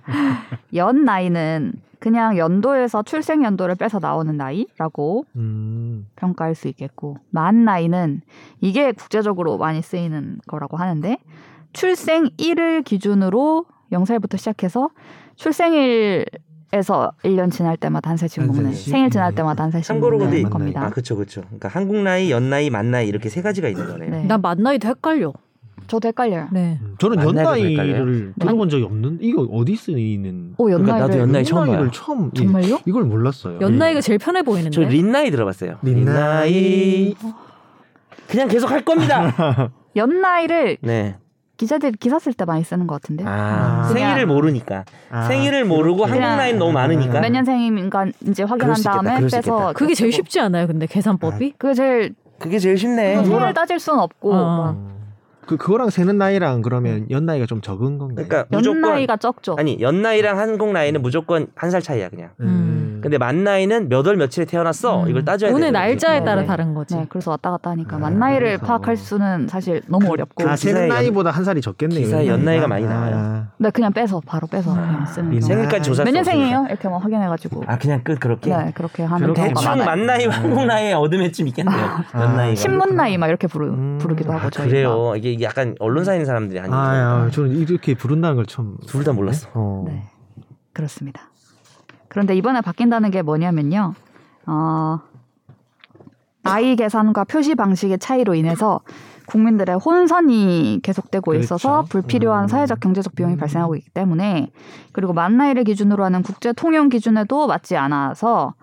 연 나이는 그냥 연도에서 출생 연도를 빼서 나오는 나이라고
음.
평가할 수 있겠고 만 나이는 이게 국제적으로 많이 쓰이는 거라고 하는데 출생 일을 기준으로 0살부터 시작해서 출생일에서 1년 지날 때마다 한 살씩
한
먹는
살씩?
생일 지날
네.
때마다 한 살씩
음. 참고로
먹는
근데
겁니다.
아 그렇죠 그렇죠. 그러니까 한국 나이, 연 나이, 만 나이 이렇게 세 가지가 있는 거네요.
네.
나 만나이도 헷갈려요.
저도 헷갈려요.
네.
음, 저는
만나야 될까요?
연나이를 들어본 적이 없는 이거 어디 쓰이는
오
그러니까
연나이를
나도 연나이 처음 봐요.
연나이를 처음 예,
정말요?
이걸 몰랐어요. 예.
연나이가 제일 편해 보이는데.
저 린나이 들어봤어요.
린나이.
그냥 계속 할 겁니다.
연 나이를
네.
기자들 기사 쓸 때 많이 쓰는 것 같은데.
아,
아.
생일을 모르니까.
아,
생일을 모르고
그냥-
한국 나이 아, 너무 많으니까.
몇 년생인가 이제
음. 그럴
확인한
수 있겠다,
다음에
그럴 수
빼서
있겠다.
그게 제일
쓰고.
쉽지 않아요, 근데 계산법이?
그게 제일
그게 제일 쉽네.
생을 따질 순
아,
없고
어.
막
그 그거랑 세는 나이랑
음.
그러면 연나이가 좀 적은 건가요?
그러니까 무조건
연나이가 적죠.
아니 연 나이랑 한국 나이는 무조건 한 살 차이야 그냥.
음.
근데 만 나이는 몇 월 며칠에 태어났어.
음.
이걸 따져야 어. 돼.
오늘 날짜에
네,
따라
네.
다른 거지.
네, 그래서 왔다 갔다 하니까
아,
만 나이를
그래서.
파악할 수는 사실 너무
그
어렵고.
아, 세는
기사에
나이보다 한 살이 적겠네요.
기사에
연나이가.
연나이가 많이
아.
나와요.
네, 그냥 빼서 바로 빼서 그냥 쓰는 경우.
생일
아, 생일까지 조사.
몇 년생이에요? 이렇게 막 확인해가지고.
아 그냥 끝 그렇게.
네, 그렇게 하는
그렇게
경우가
대충
많아요.
만 나이 한국 나이의 어둠에쯤 있겠네요. 연 나이가.
네. 아. 신문 나이 막 이렇게 부르,
음.
부르기도 하고
아,
저희가.
그래요. 이게 이게 약간 언론사 있는 사람들이
아,
아니에요.
예,
아, 저는 이렇게 부른다는 걸 처음.
둘 다 몰랐어.
어.
네, 그렇습니다. 그런데 이번에 바뀐다는 게 뭐냐면요. 어, 나이 계산과 표시 방식의 차이로 인해서 국민들의 혼선이 계속되고 있어서
그렇죠.
불필요한
음.
사회적 경제적 비용이
음.
발생하고 있기 때문에 그리고 만 나이를 기준으로 하는 국제 통용 기준에도 맞지 않아서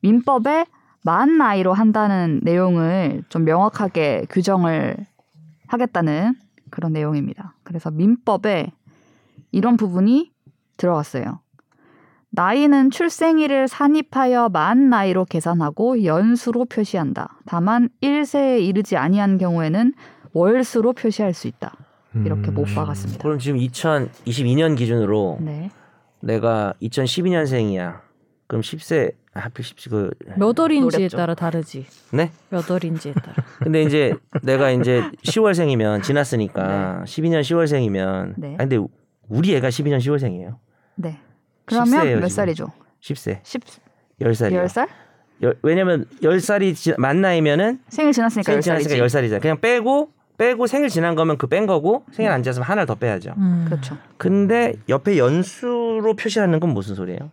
민법에 만 나이로 한다는 내용을 좀 명확하게 규정을 하겠다는 그런 내용입니다. 그래서 민법에 이런 부분이 들어갔어요. 나이는 출생일을 산입하여 만 나이로 계산하고 연수로 표시한다. 다만 1세에 이르지 아니한 경우에는 월수로 표시할 수 있다. 네. 이렇게 못
음.
박았습니다.
그럼 지금 2022년 기준으로
네.
내가 2012년생이야. 그럼 10세 하필 10세 그
몇 월인지에
노렸죠.
따라 다르지.
네?
몇 월인지에 따라.
근데 이제 내가 이제 10월생이면 지났으니까 12년 10월생이면
네.
아니 근데 우리 애가 12년 10월생이에요.
네.
10세 예요,
그러면 몇
지금.
살이죠?
10세.
10,
10살이요.
10살?
열- 왜냐면 10살이 지, 만 나이면은
생일 지났으니까
생일 지났으니까
10살이지.
10살이잖아. 그냥 빼고 빼고 생일 지난 거면 그 뺀 거고 생일 안 지났으면 하나를 더 빼야죠.
음.
그렇죠.
근데 옆에 연수로 표시하는 건 무슨 소리예요?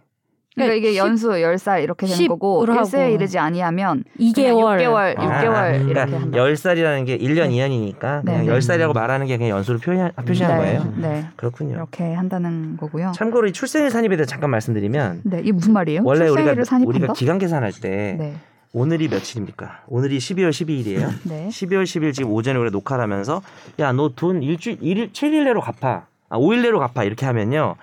그러니까
그러니까
이게
10
연수 10살 이렇게 되는 거고
10으로 하고.
1세에 이르지 아니하면
2개월.
6개월,
아,
6개월
아,
이렇게
그러니까
한다.
10살이라는 게 1년 2년이니까
네,
그냥
네.
10살이라고 말하는 게 그냥 연수로 표시, 표시한
네,
거예요.
네.
그렇군요.
이렇게 한다는 거고요.
참고로 이 출생일 산입에 대해 서 잠깐 말씀드리면
네, 이게 무슨 말이에요?
원래
출생일을
우리가
산입한다?
우리가 기간 계산할 때
네.
오늘이 며칠입니까? 오늘이 12월 12일이에요.
네.
12월 10일 지금 오전에 우리가 녹화를 하면서 야 너 돈 일주일 일 7일 내로 갚아. 아 5일 내로 갚아 이렇게 하면요.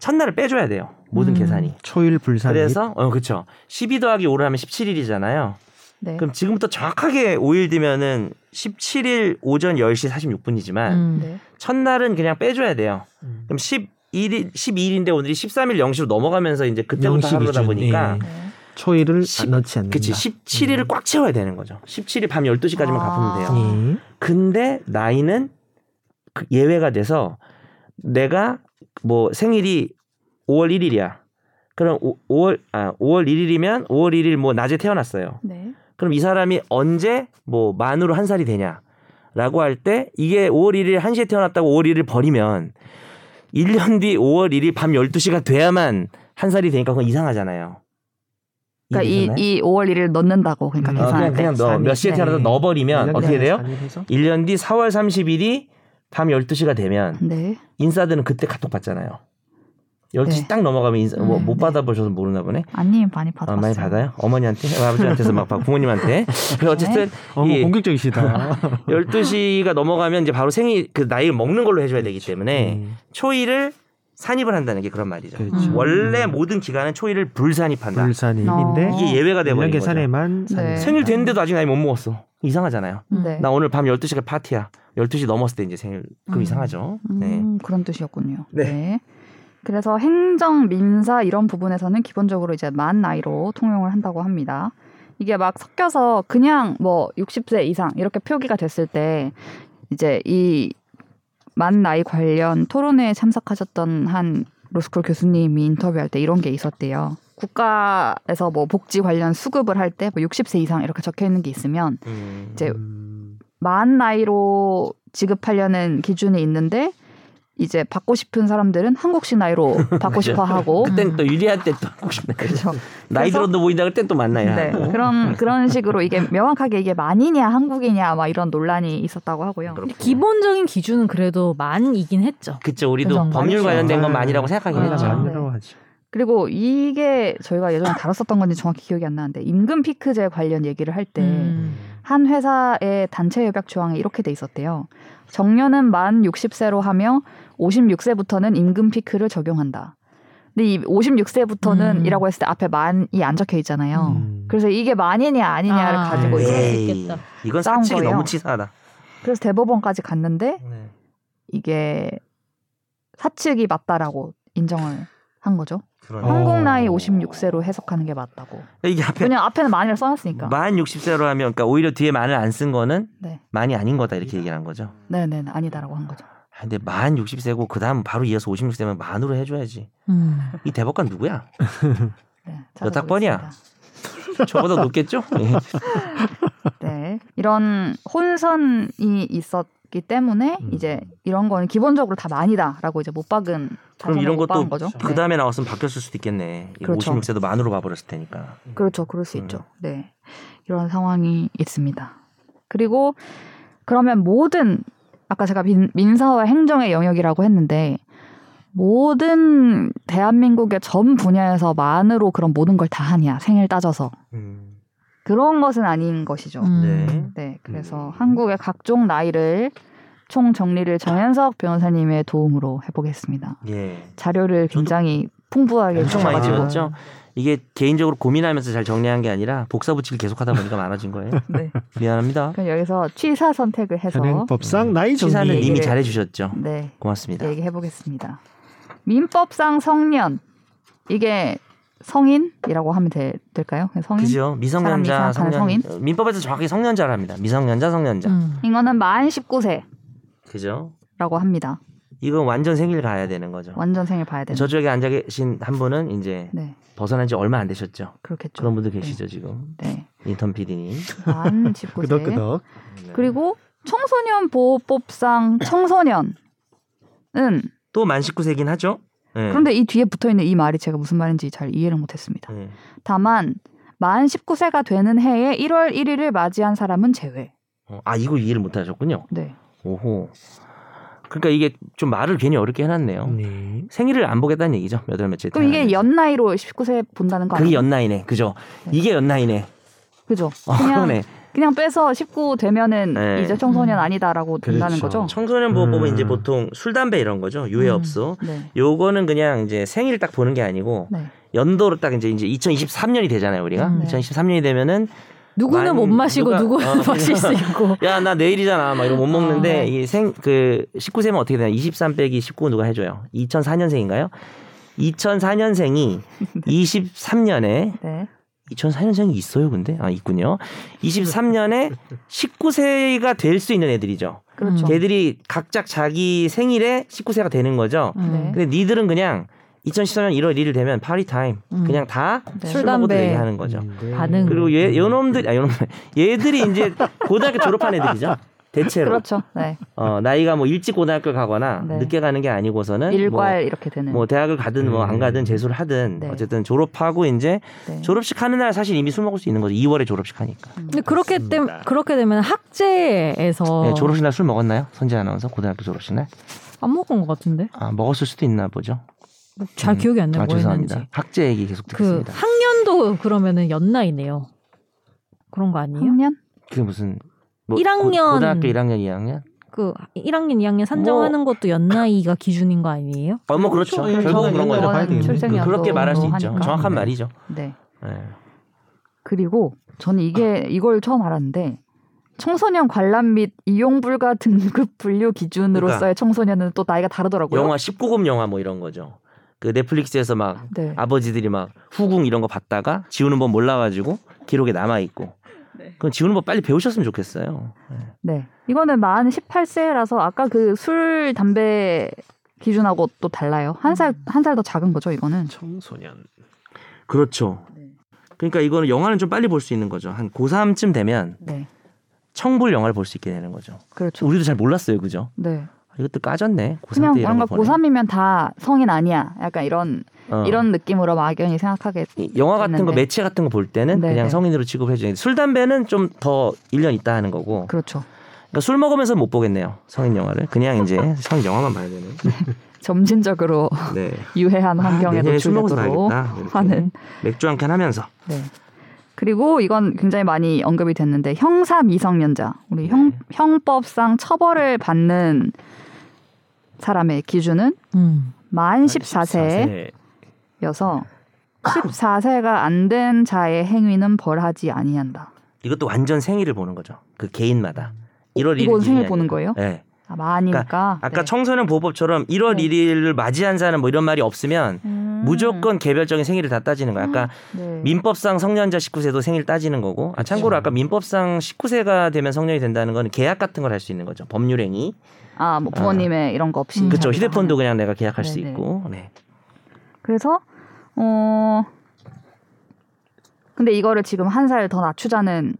첫날을 빼줘야 돼요. 모든
음.
계산이.
초일 불산.
그래서 어 그렇죠. 12 더하기 5를 하면 17일이잖아요.
네.
그럼 지금부터 정확하게 5일 뒤면은 17일 오전 10시 46분이지만
음.
네.
첫날은 그냥 빼줘야 돼요.
음.
그럼 11일 12일인데 오늘이 13일 0시로 넘어가면서 이제 그때부터 하루다
영시 기준,
보니까
예.
네.
초일을
십-
넣지 않는다.
그치 17일을 꽉 채워야 되는 거죠. 17일 밤 12시까지만
아.
갚으면 돼요.
예.
근데 나이는 그 예외가 돼서 내가 뭐 생일이 5월 1일이야. 그럼 5, 월아 5월 1일이면 5월 1일 뭐 낮에 태어났어요.
네.
그럼 이 사람이 언제 뭐 만으로 한 살이 되냐? 라고 할 때 이게 5월 1일 1시에 태어났다고 5월 1일 버리면 1년 뒤 5월 1일 밤 12시가 돼야만 한 살이 되니까 그건 이상하잖아요.
그러니까 이,
이해되셨나요?
이 5월 1일 넣는다고 그러니까
음.
어,
계산할
그냥
때.
그냥 넣어.
산이-
몇 시에
네.
태어나서 넣어버리면 어떻게 돼요?
산일에서?
1년 뒤 4월 30일이 밤 12시가 되면
네.
인사들은 그때 카톡 받잖아요. 12시
네.
딱 넘어가면 인사 뭐
음,
못
네.
받아보셔서 모르나 보네.
아니 많이
아,
받았어요.
많이 받아요? 어머니한테, 아버지한테서 막 받- 부모님한테. 그래서 어쨌든
어머
이
공격적이시다.
12시가 넘어가면 이제 바로 생일 그 나이를 먹는 걸로 해줘야 되기 때문에
음.
초일을 산입을 한다는 게 그런 말이죠.
음.
그렇죠.
원래 모든 기간은 초일을 불산입한다.
불산일인데
어.
이게 예외가
일년
돼버린 거죠.
계산에만
네.
산일.
생일 됐는데도 아직 나이 못 먹었어. 이상하잖아요.
음.
네.
나 오늘 밤 12시가 파티야. 12시 넘었을 때 이제 생일. 그럼
음.
이상하죠. 네.
음, 그런 뜻이었군요.
네.
네. 그래서 행정, 민사 이런 부분에서는 기본적으로 이제 만 나이로 통용을 한다고 합니다. 이게 막 섞여서 그냥 뭐 60세 이상 이렇게 표기가 됐을 때 이제 이 만 나이 관련 토론회에 참석하셨던 한 로스쿨 교수님이 인터뷰할 때 이런 게 있었대요. 국가에서 뭐 복지 관련 수급을 할 때 뭐 60세 이상 이렇게 적혀 있는 게 있으면
음.
이제
음.
만 나이로 지급하려는 기준이 있는데 이제 받고 싶은 사람들은 한국식 나이로 받고 싶어 하고
그땐 또 유리할 때 또 하고 싶네.
뭐? 그렇죠.
나이 들어도 보인다 그럴 땐또 만나야
네,
하고.
그런 그런 식으로 이게 명확하게 이게 만이냐 한국이냐 막 이런 논란이 있었다고 하고요.
그렇군요.
기본적인 기준은 그래도 만이긴 했죠.
그쵸 우리도
그죠. 그렇죠.
법률
맞죠. 네.
관련된 건 만이라고
아,
생각하긴
그렇죠.
했죠.
만이라고 하죠.
그리고 이게 저희가 예전에 다뤘었던 건지 정확히 기억이 안 나는데 임금 피크제 관련 얘기를 할 때 한
음.
회사의 단체 협약 조항에 이렇게 돼 있었대요. 정년은 만 60세로 하며 56세부터는 임금 피크를 적용한다. 근데 이 56세부터는
음.
이라고 했을 때 앞에 만이 안 적혀 있잖아요.
음.
어, 그래서 이게 만이냐 아니냐를
아,
가지고
네.
이제
그럴 수
에이,
있겠다.
이건
싸운
사측이
거예요.
너무 치사하다.
그래서 대법원까지 갔는데
네.
이게 사측이 맞다라고 인정을 한 거죠.
그러네.
한국 나이 56세로 해석하는 게 맞다고.
이게 앞에
왜냐 앞에는 만이라 써놨으니까.
만 60세로 하면 그러니까 오히려 뒤에 만을 안 쓴 거는
네,
만이 아닌 거다 이렇게 얘기를 한 거죠.
네네 아니다라고 한 거죠.
아, 근데 만 60세고 그다음 바로 이어서 56세면 만으로 해줘야지.
음.
이 대법관 누구야?
네,
몇 학번이야?
찾아보겠습니다.
저보다 높겠죠? 예.
네, 이런 혼선이 있었기 때문에
음.
이제 이런 거는 기본적으로 다 만이다라고 이제 못 박은
그럼
자성을
이런
못 박은
것도
거죠. 네.
그 다음에 나왔으면 바뀌었을 수도 있겠네. 이
그렇죠.
56세도 만으로 봐버렸을 테니까.
그렇죠. 그럴 수
음.
있죠. 네. 이런 상황이 있습니다. 그리고 그러면 모든 아까 제가 민, 민사와 행정의 영역이라고 했는데 모든 대한민국의 전 분야에서 만으로 그런 모든 걸 다 하냐 생일 따져서
음.
그런 것은 아닌
음.
것이죠.
네.
네, 그래서
음.
한국의 각종 나이를 총 정리를 정현석 변호사님의 도움으로 해보겠습니다.
예.
자료를
저도
굉장히 풍부하게
엄청 많이
주셔가지고.
찍었죠. 이게 개인적으로 고민하면서 잘 정리한 게 아니라 복사 붙이기 계속하다 보니까 많아진 거예요.
네.
미안합니다.
그럼 여기서 취사 선택을 해서
현행법상 나이 정리.
시사는 이미
얘기를-
잘해주셨죠.
그 네,
고맙습니다.
얘기해 보겠습니다. 민법상 성년 이게 성인이라고 하면 되- 될까요? 그냥 성인.
그죠? 미성년자,
사람 이상한
성년, 민법에서 정확히 성년자랍니다. 미성년자, 성년자.
음.
이거는 만 19세라고
그죠?
합니다.
이건 완전 생일 가야 되는 거죠.
완전 생일 봐야 되는.
저쪽에 앉아 계신 한 분은 이제
네,
벗어난 지 얼마 안 되셨죠.
그렇겠죠.
그런 분들 계시죠 지금
네,
인턴 PD님.
만 19세.
끄덕끄덕.
네. 그리고 청소년 보호법상 청소년은
네. 또만 19세긴 하죠. 네.
그런데 이 뒤에 붙어 있는 이 말이 제가 무슨 말인지 잘 이해를 못했습니다.
네.
다만 만 19세가 되는 해에 1월 1일을 맞이한 사람은 제외.
어, 아 이거 이해를 못하셨군요.
네,
오호. 그러니까 이게 좀 말을 괜히 어렵게 해놨네요.
네.
생일을 안 보겠다는 얘기죠. 몇월 며칠.
그럼 이게
태어나는지.
연 나이로 19세 본다는 거
네. 그게
아니에요?
연나이네. 그죠? 이게 연나이네.
그죠?
어,
그냥
그러네.
그냥 빼서 19 되면은
네.
이제 청소년
음.
아니다라고 된다는
그렇죠.
거죠.
청소년 보호법은
음.
이제 보통 술 담배 이런 거죠 유해업소
네.
요거는 그냥 이제 생일 딱 보는 게 아니고
네.
연도로 딱 이제 이제 2023년이 되잖아요 우리가
음.
2023년이 되면은
누구는
만-
못 마시고
누가-
누구, 는
어.
마실 수 있고.
야 나 내일이잖아 막 이러고 못 먹는데
네.
아.
이 생 그 19세면 어떻게 되나 23 빼기 19 누가 해줘요 2004년생인가요? 2004년생이 23년에
네.
2004년생이 있어요 근데 아 있군요 23년에 19세가 될 수 있는 애들이죠
그렇죠.
걔들이 각각 자기 생일에 19세가 되는 거죠
음.
네.
근데 니들은 그냥 2014년 1월 1일 되면 파리 타임
음.
그냥 다
네. 음.
술
술,
먹어도
담배.
얘기하는 거죠
네.
반응.
그리고
예,
얘 요놈들 아 요놈 얘들이 이제 고등학교 졸업한 애들이죠 대체로
그렇죠. 네.
어, 나이가 뭐 일찍 고등학교 가거나
네.
늦게 가는 게 아니고서는
일괄 이렇게 되는.
뭐, 뭐 대학을 가든 뭐 안 가든 재수를 하든
네.
어쨌든 졸업하고 이제
네. 음.
졸업식 하는 날 사실 이미 술 먹을 수 있는 거죠. 2월에 졸업식 하니까.
근데 그렇게 때 그렇게 되면 학제에서
네, 졸업식 날 술 먹었나요? 선재 아나운서 고등학교 졸업식 날?
안 먹은 것 같은데.
아, 먹었을 수도 있나 보죠.
잘
음.
기억이 안 나요.
아,
뭐
죄송합니다.
했는지.
학제 얘기 계속
그
듣겠습니다.
학년도 그러면은 연나이네요. 그런 거
음.
아니에요?
학년?
그게 무슨 뭐
일학년.
고, 등학교 1학년, 2학년?
그 1학년, 2학년 산정하는
뭐-
것도 연나이가 기준인 거 아니에요?
어, 뭐 그렇죠.
그렇죠.
결국은 그런
그런
거죠.
거죠. 봐야
이거는
되겠네.
출생연도
그렇게 말할 수 있죠.
하니까.
정확한
네.
말이죠.
네.
네.
그리고 저는 이게 이걸 처음 알았는데 청소년 관람 및 이용 불가 등급 분류 기준으로서의
그러니까.
청소년은 또 나이가 다르더라고요.
영화 19금 영화 뭐 이런 거죠. 그 넷플릭스에서 막
네.
아버지들이 막 후궁 이런 거 봤다가 지우는 법 몰라가지고 기록에 남아 있고. 그럼 지우는 법 빨리 배우셨으면 좋겠어요.
네. 이거는 만 18세라서 아까 그 술 담배 기준하고 또 달라요. 한 살 한 살 더 작은 거죠, 이거는.
청소년.
그렇죠.
네.
그러니까 이거는 영화는 좀 빨리 볼 수 있는 거죠. 한 고3쯤 되면
네.
청불 영화를 볼 수 있게 되는 거죠.
그렇죠.
우리도 잘 몰랐어요, 그죠?
네.
이것도 까졌네. 고3
그냥
때 이런
뭔가
거 보네.
고3이면 다 성인 아니야. 약간 이런
어.
이런 느낌으로 막연히 생각하게
이 영화 같은 거
됐는데.
매체 같은 거 볼 때는
네,
그냥
네.
성인으로 취급해 주는 술 담배는 좀 더 1년 있다 하는 거고
그렇죠.
그러니까 술 먹으면서 못 보겠네요 성인 영화를 그냥 이제 성인 영화만 봐야 되는
점진적으로
네.
유해한 환경에
내일 네, 술 먹어서
노출되도록
봐야겠다. 이렇게.
하는
맥주 한 캔 하면서
네. 그리고 이건 굉장히 많이 언급이 됐는데 형사 미성년자 우리 형
네.
형법상 처벌을 받는 사람의 기준은
음.
만 14세여서 14세가 안 된 자의 행위는 벌하지 아니한다.
이것도 완전 생일을 보는 거죠 그 개인마다 1월 1일
이건 생일 보는 거예요?
네.
아, 만이니까
아까
네.
청소년 보호법처럼 1월
네.
1일을 맞이한 사람 뭐 이런 말이 없으면
음.
무조건 개별적인 생일을 다 따지는 거야 아까
네.
민법상 성년자 19세도 생일 따지는 거고 아 참고로
그렇죠.
아까 민법상 19세가 되면 성년이 된다는 건 계약 같은 걸 할 수 있는 거죠 법률행위
아, 뭐 부모님의 이런 거 없이
음.
그렇죠
자기가
휴대폰도 그냥 내가 계약할 수
네, 네.
있고 네.
그래서 어 근데 이거를 지금 한 살 더 낮추자는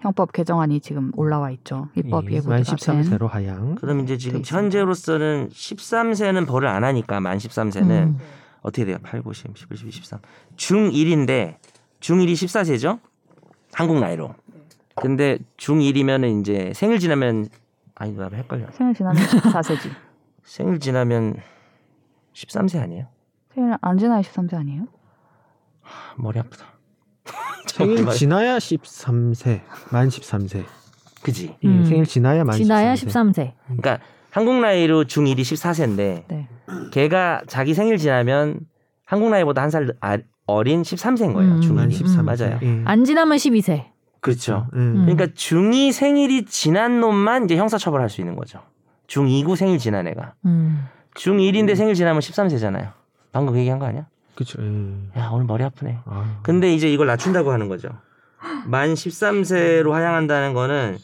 형법 개정안이 지금 올라와 있죠. 입법 예고가
만
된.
13세로 하향.
그럼 이제 지금
있습니다.
현재로서는 13세는 벌을 안 하니까 만 13세는
음.
어떻게 돼요 8, 9, 10, 11, 12, 13 중1인데 중1이 14세죠 한국 나이로 근데 중1이면은 이제 생일 지나면 아니 나 헷갈려
생일 지나면 14세지.
생일 지나면 13세 아니에요
생일 안 지나야 13세 아니에요?
아, 머리 아프다
생일 지나야 13세. 만 13세.
그지
예,
음.
생일 지나야 만
지나야
13세.
13세.
그러니까 한국 나이로 중1이 14세인데
네.
걔가 자기 생일 지나면 한국 나이보다 한 살 아, 어린 13세인 거예요.
음,
중1이.
만 13세.
맞아요.
예.
안 지나면 12세.
그렇죠.
음.
그러니까 중2 생일이 지난 놈만 이제 형사 처벌할 수 있는 거죠. 중2구 생일 지난 애가.
음.
중1인데 생일 지나면 13세잖아요. 방금 그 얘기한 거 아니야?
그렇죠. 예.
야, 오늘 머리 아프네.
아.
근데 이제 이걸 낮춘다고 하는 거죠. 만 13세로 하향한다는 거는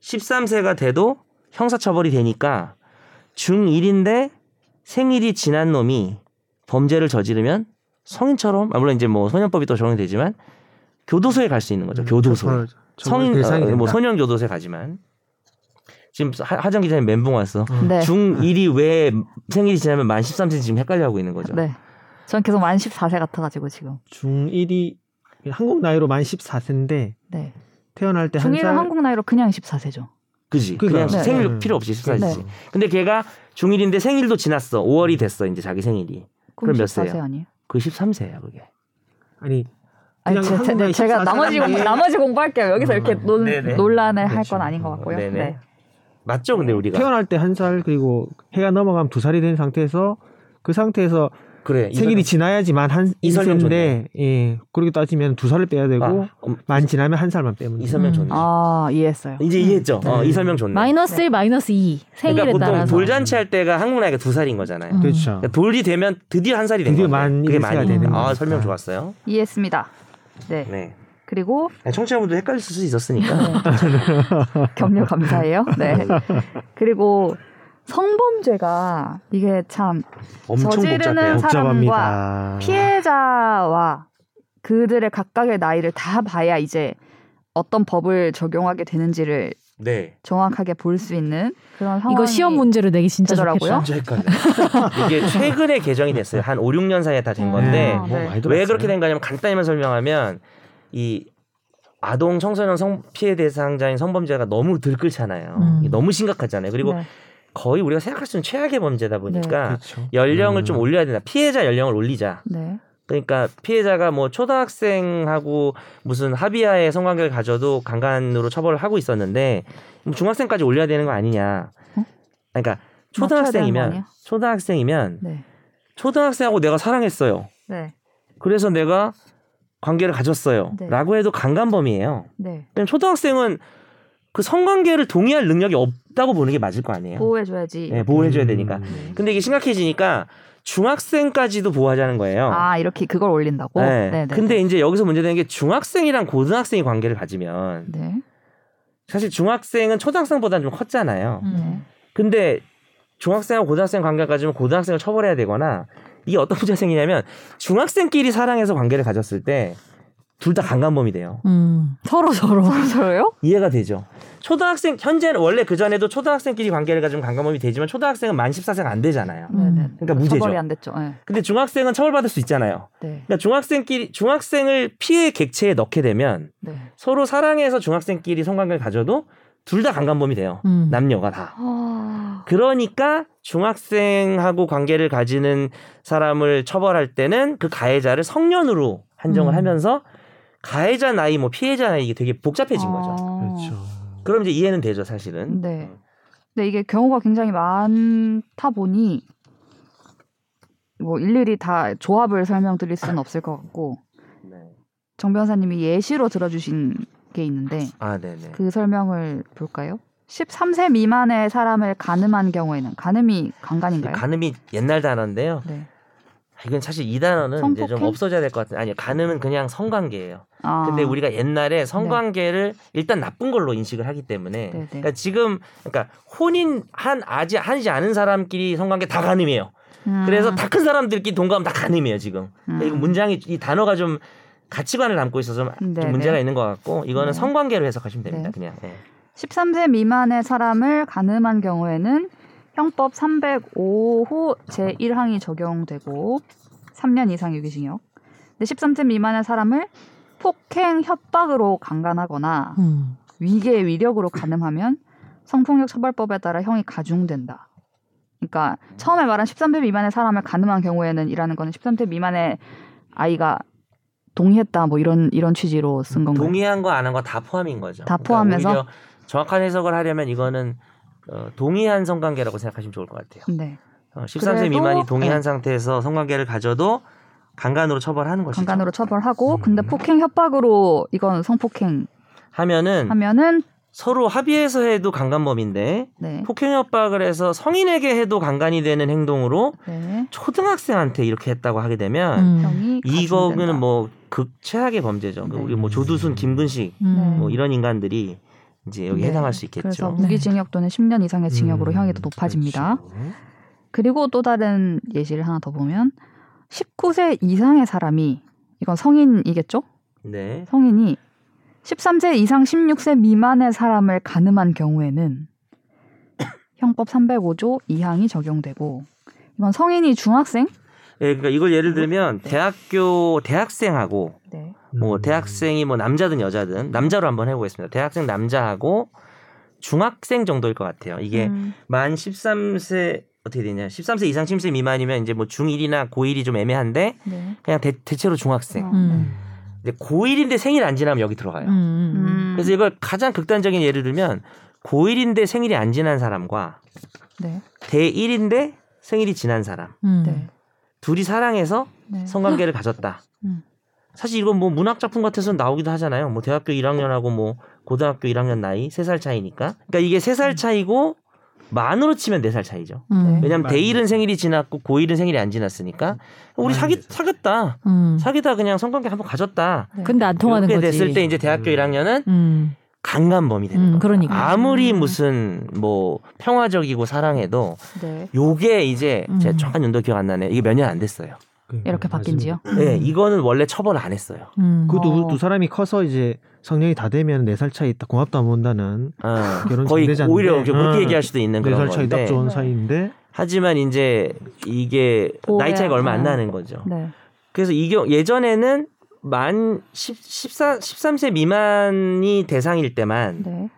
13세가 돼도 형사처벌이 되니까 중1인데 생일이 지난 놈이 범죄를 저지르면 성인처럼, 아, 물론 이제 뭐 소년법이 또 적용되지만 교도소에 갈 수 있는 거죠.
음,
교도소.
처벌- 처벌
성인,
그 대상이
어, 뭐
된다.
소년 교도소에 가지만. 지금 하- 하정 기자님 멘붕 왔어.
네.
중1이 왜 생일이 지나면 만 13세 지금 헷갈려 하고 있는 거죠.
네. 전 계속 만 14세 같아 가지고 지금.
중1이 한국 나이로 만 14세인데
네.
태어날 때 한
중1은
살.
한국 나이로 그냥 14세죠.
그지. 그
그러니까.
냥
네.
생일
네.
필요 없이 14세지.
그렇죠.
근데 걔가 중1인데 생일도 지났어. 5월이 됐어. 이제 자기 생일이. 그럼 몇
14세
세예요?
아니에요?
그 13세야, 그게.
아니
아니,
그냥
제,
한 군데
가
식사
나머지
사는
공,
게-
나머지 공부할게요. 여기서 이렇게
음,
논,
네네.
논란을 할
그렇죠.
건 아닌 것 같고요.
네네.
네.
맞죠, 근데 네, 우리가
태어날 때 한 살 그리고 해가 넘어가면 두 살이 된 상태에서 그 상태에서
그래 아,
생일이 지나야지만 한
네, 이설명
인생인데 예 그렇게 따지면 두 살을 빼야 되고
아, 음,
만 지나면 한 살만 빼면
이
돼요.
설명
음.
좋네.
아 이해했어요.
이제 이해했죠. 어, 이 설명 좋네.
마이너스
네.
1, 마이너스 2 생일에
그러니까 보통
따라서
돌잔치 할 때가 한국 나이가 두 살인 거잖아요.
음.
그렇죠.
그러니까 돌이 되면 드디어 한 살이 된
드디어
거예요.
만
그게
일이 돼야
만이.
되는
아
거니까.
설명 좋았어요.
이해했습니다. 네.
네.
그리고
아니, 청취자분들 헷갈릴 수 있었으니까.
네. 격려 감사해요. 네.
네.
그리고 성범죄가 이게 참
엄청
저지르는
복잡해요.
사-
복잡합니다.
피해자와 그들의 각각의 나이를 다 봐야 이제 어떤 법을 적용하게 되는지를
네.
정확하게 볼 수 있는 그런 상황이
이거 시험 문제로 내기 진짜
되더라고요.
좋겠다.
진짜 헷갈려. 이게 최근에 개정이 됐어요. 한 5, 6년 사이에 다 된 건데
아,
뭐
네.
많이
왜
들어봤어요.
그렇게 된 거냐면 간단히만 설명하면 이 아동 청소년 성 피해 대상자인 성범죄가 너무 들끓잖아요.
음.
이게 너무 심각하잖아요. 그리고
네.
거의 우리가 생각할 수 있는 최악의 범죄다 보니까
그렇죠.
연령을
음.
좀 올려야 된다. 피해자 연령을 올리자.
네.
그러니까 피해자가 뭐 초등학생하고 무슨 합의하에 성관계를 가져도 강간으로 처벌을 하고 있었는데 뭐 중학생까지 올려야 되는 거 아니냐.
어?
그러니까
맞춰야 되는 거
초등학생이면
아니야?
초등학생이면
네.
초등학생하고 내가 사랑했어요.
네.
그래서 내가 관계를 가졌어요.
네.
라고 해도 강간범이에요.
네.
그냥 초등학생은 그 성관계를 동의할 능력이 없다고 보는 게 맞을 거 아니에요.
보호해 줘야지.
네, 보호해줘야 되니까.
음.
근데 이게 심각해지니까 중학생까지도 보호하자는 거예요.
아, 이렇게 그걸 올린다고?
네.
네, 네.
근데 이제 여기서 문제되는 게 중학생이랑 고등학생이 관계를 가지면
네.
사실 중학생은 초등학생보다 좀 컸잖아요.
네.
근데 중학생하고 고등학생 관계를 가지면 고등학생을 처벌해야 되거나 이게 어떤 문제가 생기냐면 중학생끼리 사랑해서 관계를 가졌을 때 둘 다 강간범이 돼요.
음, 서로 서로.
저요?
이해가 되죠. 초등학생 현재는 원래 그 전에도 초등학생끼리 관계를 가지면 강간범이 되지만 초등학생은 만 14세가 안 되잖아요.
네, 네.
그러니까 무죄죠.
처벌이 안 됐죠. 네.
근데 중학생은 처벌받을 수 있잖아요.
네.
그러니까 중학생끼리 중학생을 피해 객체에 넣게 되면
네.
서로 사랑해서 중학생끼리 성관계를 가져도 둘 다 강간범이 돼요.
음.
남녀가 다.
아.
그러니까 중학생하고 관계를 가지는 사람을 처벌할 때는 그 가해자를 성년으로 한정을
음.
하면서 가해자 나이 뭐 피해자 나이 이게 되게 복잡해진 거죠.
아.
그렇죠.
그럼 이제 이해는 되죠, 사실은.
네. 근데 이게 경우가 굉장히 많다 보니 뭐 일일이 다 조합을 설명드릴 수는 없을 것 같고
네.
정 변호사님이 예시로 들어주신 게 있는데
아, 네, 네.
그 설명을 볼까요? 13세 미만의 사람을 가늠한 경우에는 가늠이
그
강간인가요?
간음이 옛날 단어인데요. 아,
네.
이건 사실 이 단어는 이제 좀
성폭행?
없어져야 될 것 같은데 아니요. 간음은 그냥 성관계예요.
아,
근데 우리가 옛날에 성관계를 일단 나쁜 걸로 인식을 하기 때문에
네네.
그러니까 지금 그러니까 혼인 한 아직 한지 않은 사람끼리 성관계 다 간음이에요.
음,
그래서 다 큰 사람들끼리 동감 다 간음이에요 지금. 그러니까 이거
음.
문장이 이 단어가 좀 가치관을 담고 있어서 좀,
네네.
좀 문제가 있는 것 같고 이거는
네.
성관계로 해석하시면 됩니다.
네.
그냥 네.
13세 미만의 사람을 가늠한 경우에는 형법 305호 제1항이 적용되고 3년 이상 유기징역. 근데 13세 미만의 사람을 폭행 협박으로 강간하거나
음.
위계 위력으로 가늠하면 성폭력 처벌법에 따라 형이 가중된다. 그러니까 처음에 말한 13세 미만의 사람을 가늠한 경우에는 이라는 거는 13세 미만의 아이가 동의했다 뭐 이런 이런 취지로 쓴 건가요?
동의한 거 안 한 거 다 포함인 거죠.
다
그러니까
포함해서?
오히려 정확한 해석을 하려면 이거는 어, 동의한 성관계라고 생각하시면 좋을 것 같아요.
네.
어, 13세
그래도-
미만이 동의한
네.
상태에서 성관계를 가져도 강간으로 처벌하는 것이죠.
강간으로 처벌하고
그렇죠. 음.
근데 폭행 협박으로 이건 성폭행
하면은
하면은
서로 합의해서 해도 강간범인데
네.
폭행 협박을 해서 성인에게 해도 강간이 되는 행동으로
네.
초등학생한테 이렇게 했다고 하게 되면
음.
형이
이거는
가중된다.
뭐 극 최악의 범죄죠.
네.
우리 뭐 조두순, 김근식
음.
뭐 이런 인간들이 이제 여기
네.
해당할 수
그래서
있겠죠.
무기징역 또는 10년 이상의 어, 징역으로
음,
형이 더 높아집니다.
그렇죠.
그리고 또 다른 예시를 하나 더 보면 19세 이상의 사람이 이건 성인이겠죠?
네.
성인이 13세 이상 16세 미만의 사람을 가늠한 경우에는 형법 305조 2항이 적용되고 이건 성인이 중학생?
예, 그러니까 이걸
뭐
예를 들면 대학교 대학생하고
네.
뭐
음.
대학생이 뭐 남자든 여자든 남자로 한번 해보겠습니다. 대학생 남자하고 중학생 정도일 것 같아요.
예.
이게
음.
음.
만 13세 어떻게 되냐? 13세 이상 1 0세 미만이면 이제 뭐 중1이나 고1이 좀 애매한데
네.
그냥 대, 체로 중학생.
어,
음.
네.
이제 고1인데 생일 안 지나면 여기 들어가요.
음.
음.
그래서 이걸 가장 극단적인 예를 들면 고1인데 생일이 안 지난 사람과
네.
대1인데 생일이 지난 사람
음.
네.
둘이 사랑해서
네.
성관계를 가졌다.
음.
사실 이건 뭐 문학 작품 같아서 나오기도 하잖아요. 뭐 대학교 1학년하고 뭐 고등학교 1학년 나이 3살 차이니까. 그러니까 이게 3살 차이고 만으로 치면 4살 차이죠.
음.
네.
왜냐면
많이
대1은 생일이 지났고 고1은 생일이 안 지났으니까 우리
많이
사귀
됐어요.
사귀었다.
음.
사귀다 그냥 성관계 한번 가졌다.
근데 안 통하는
이렇게
거지.
됐을 때 이제 대학교
음.
1학년은
음.
강간범이 되는
음,
거예요.
그러니까.
아무리 무슨 뭐 평화적이고 사랑해도
네.
요게 이제 제가
음.
정확한 연도 기억 안 나네. 이게 몇 년 안 됐어요.
그
이렇게 바뀐지요.
네, 이거는 원래 처벌 안 했어요.
음.
그-
그두
어.
두 사람이 커서 이제 성년이 다 되면 네 살 차이 있다. 고맙도 안 본다는
어,
결혼
거의
전제자인데.
오히려 좀 그렇게
어.
얘기할 수도 있는
네
그런
살 차이 딱
건데
좋은 사이인데
하지만 이제 이게 나이
보호해야
차이가 얼마 안
하는
나는 거죠.
네.
그래서 이게 예전에는 만 10, 14, 13세 미만이 대상일 때만
네.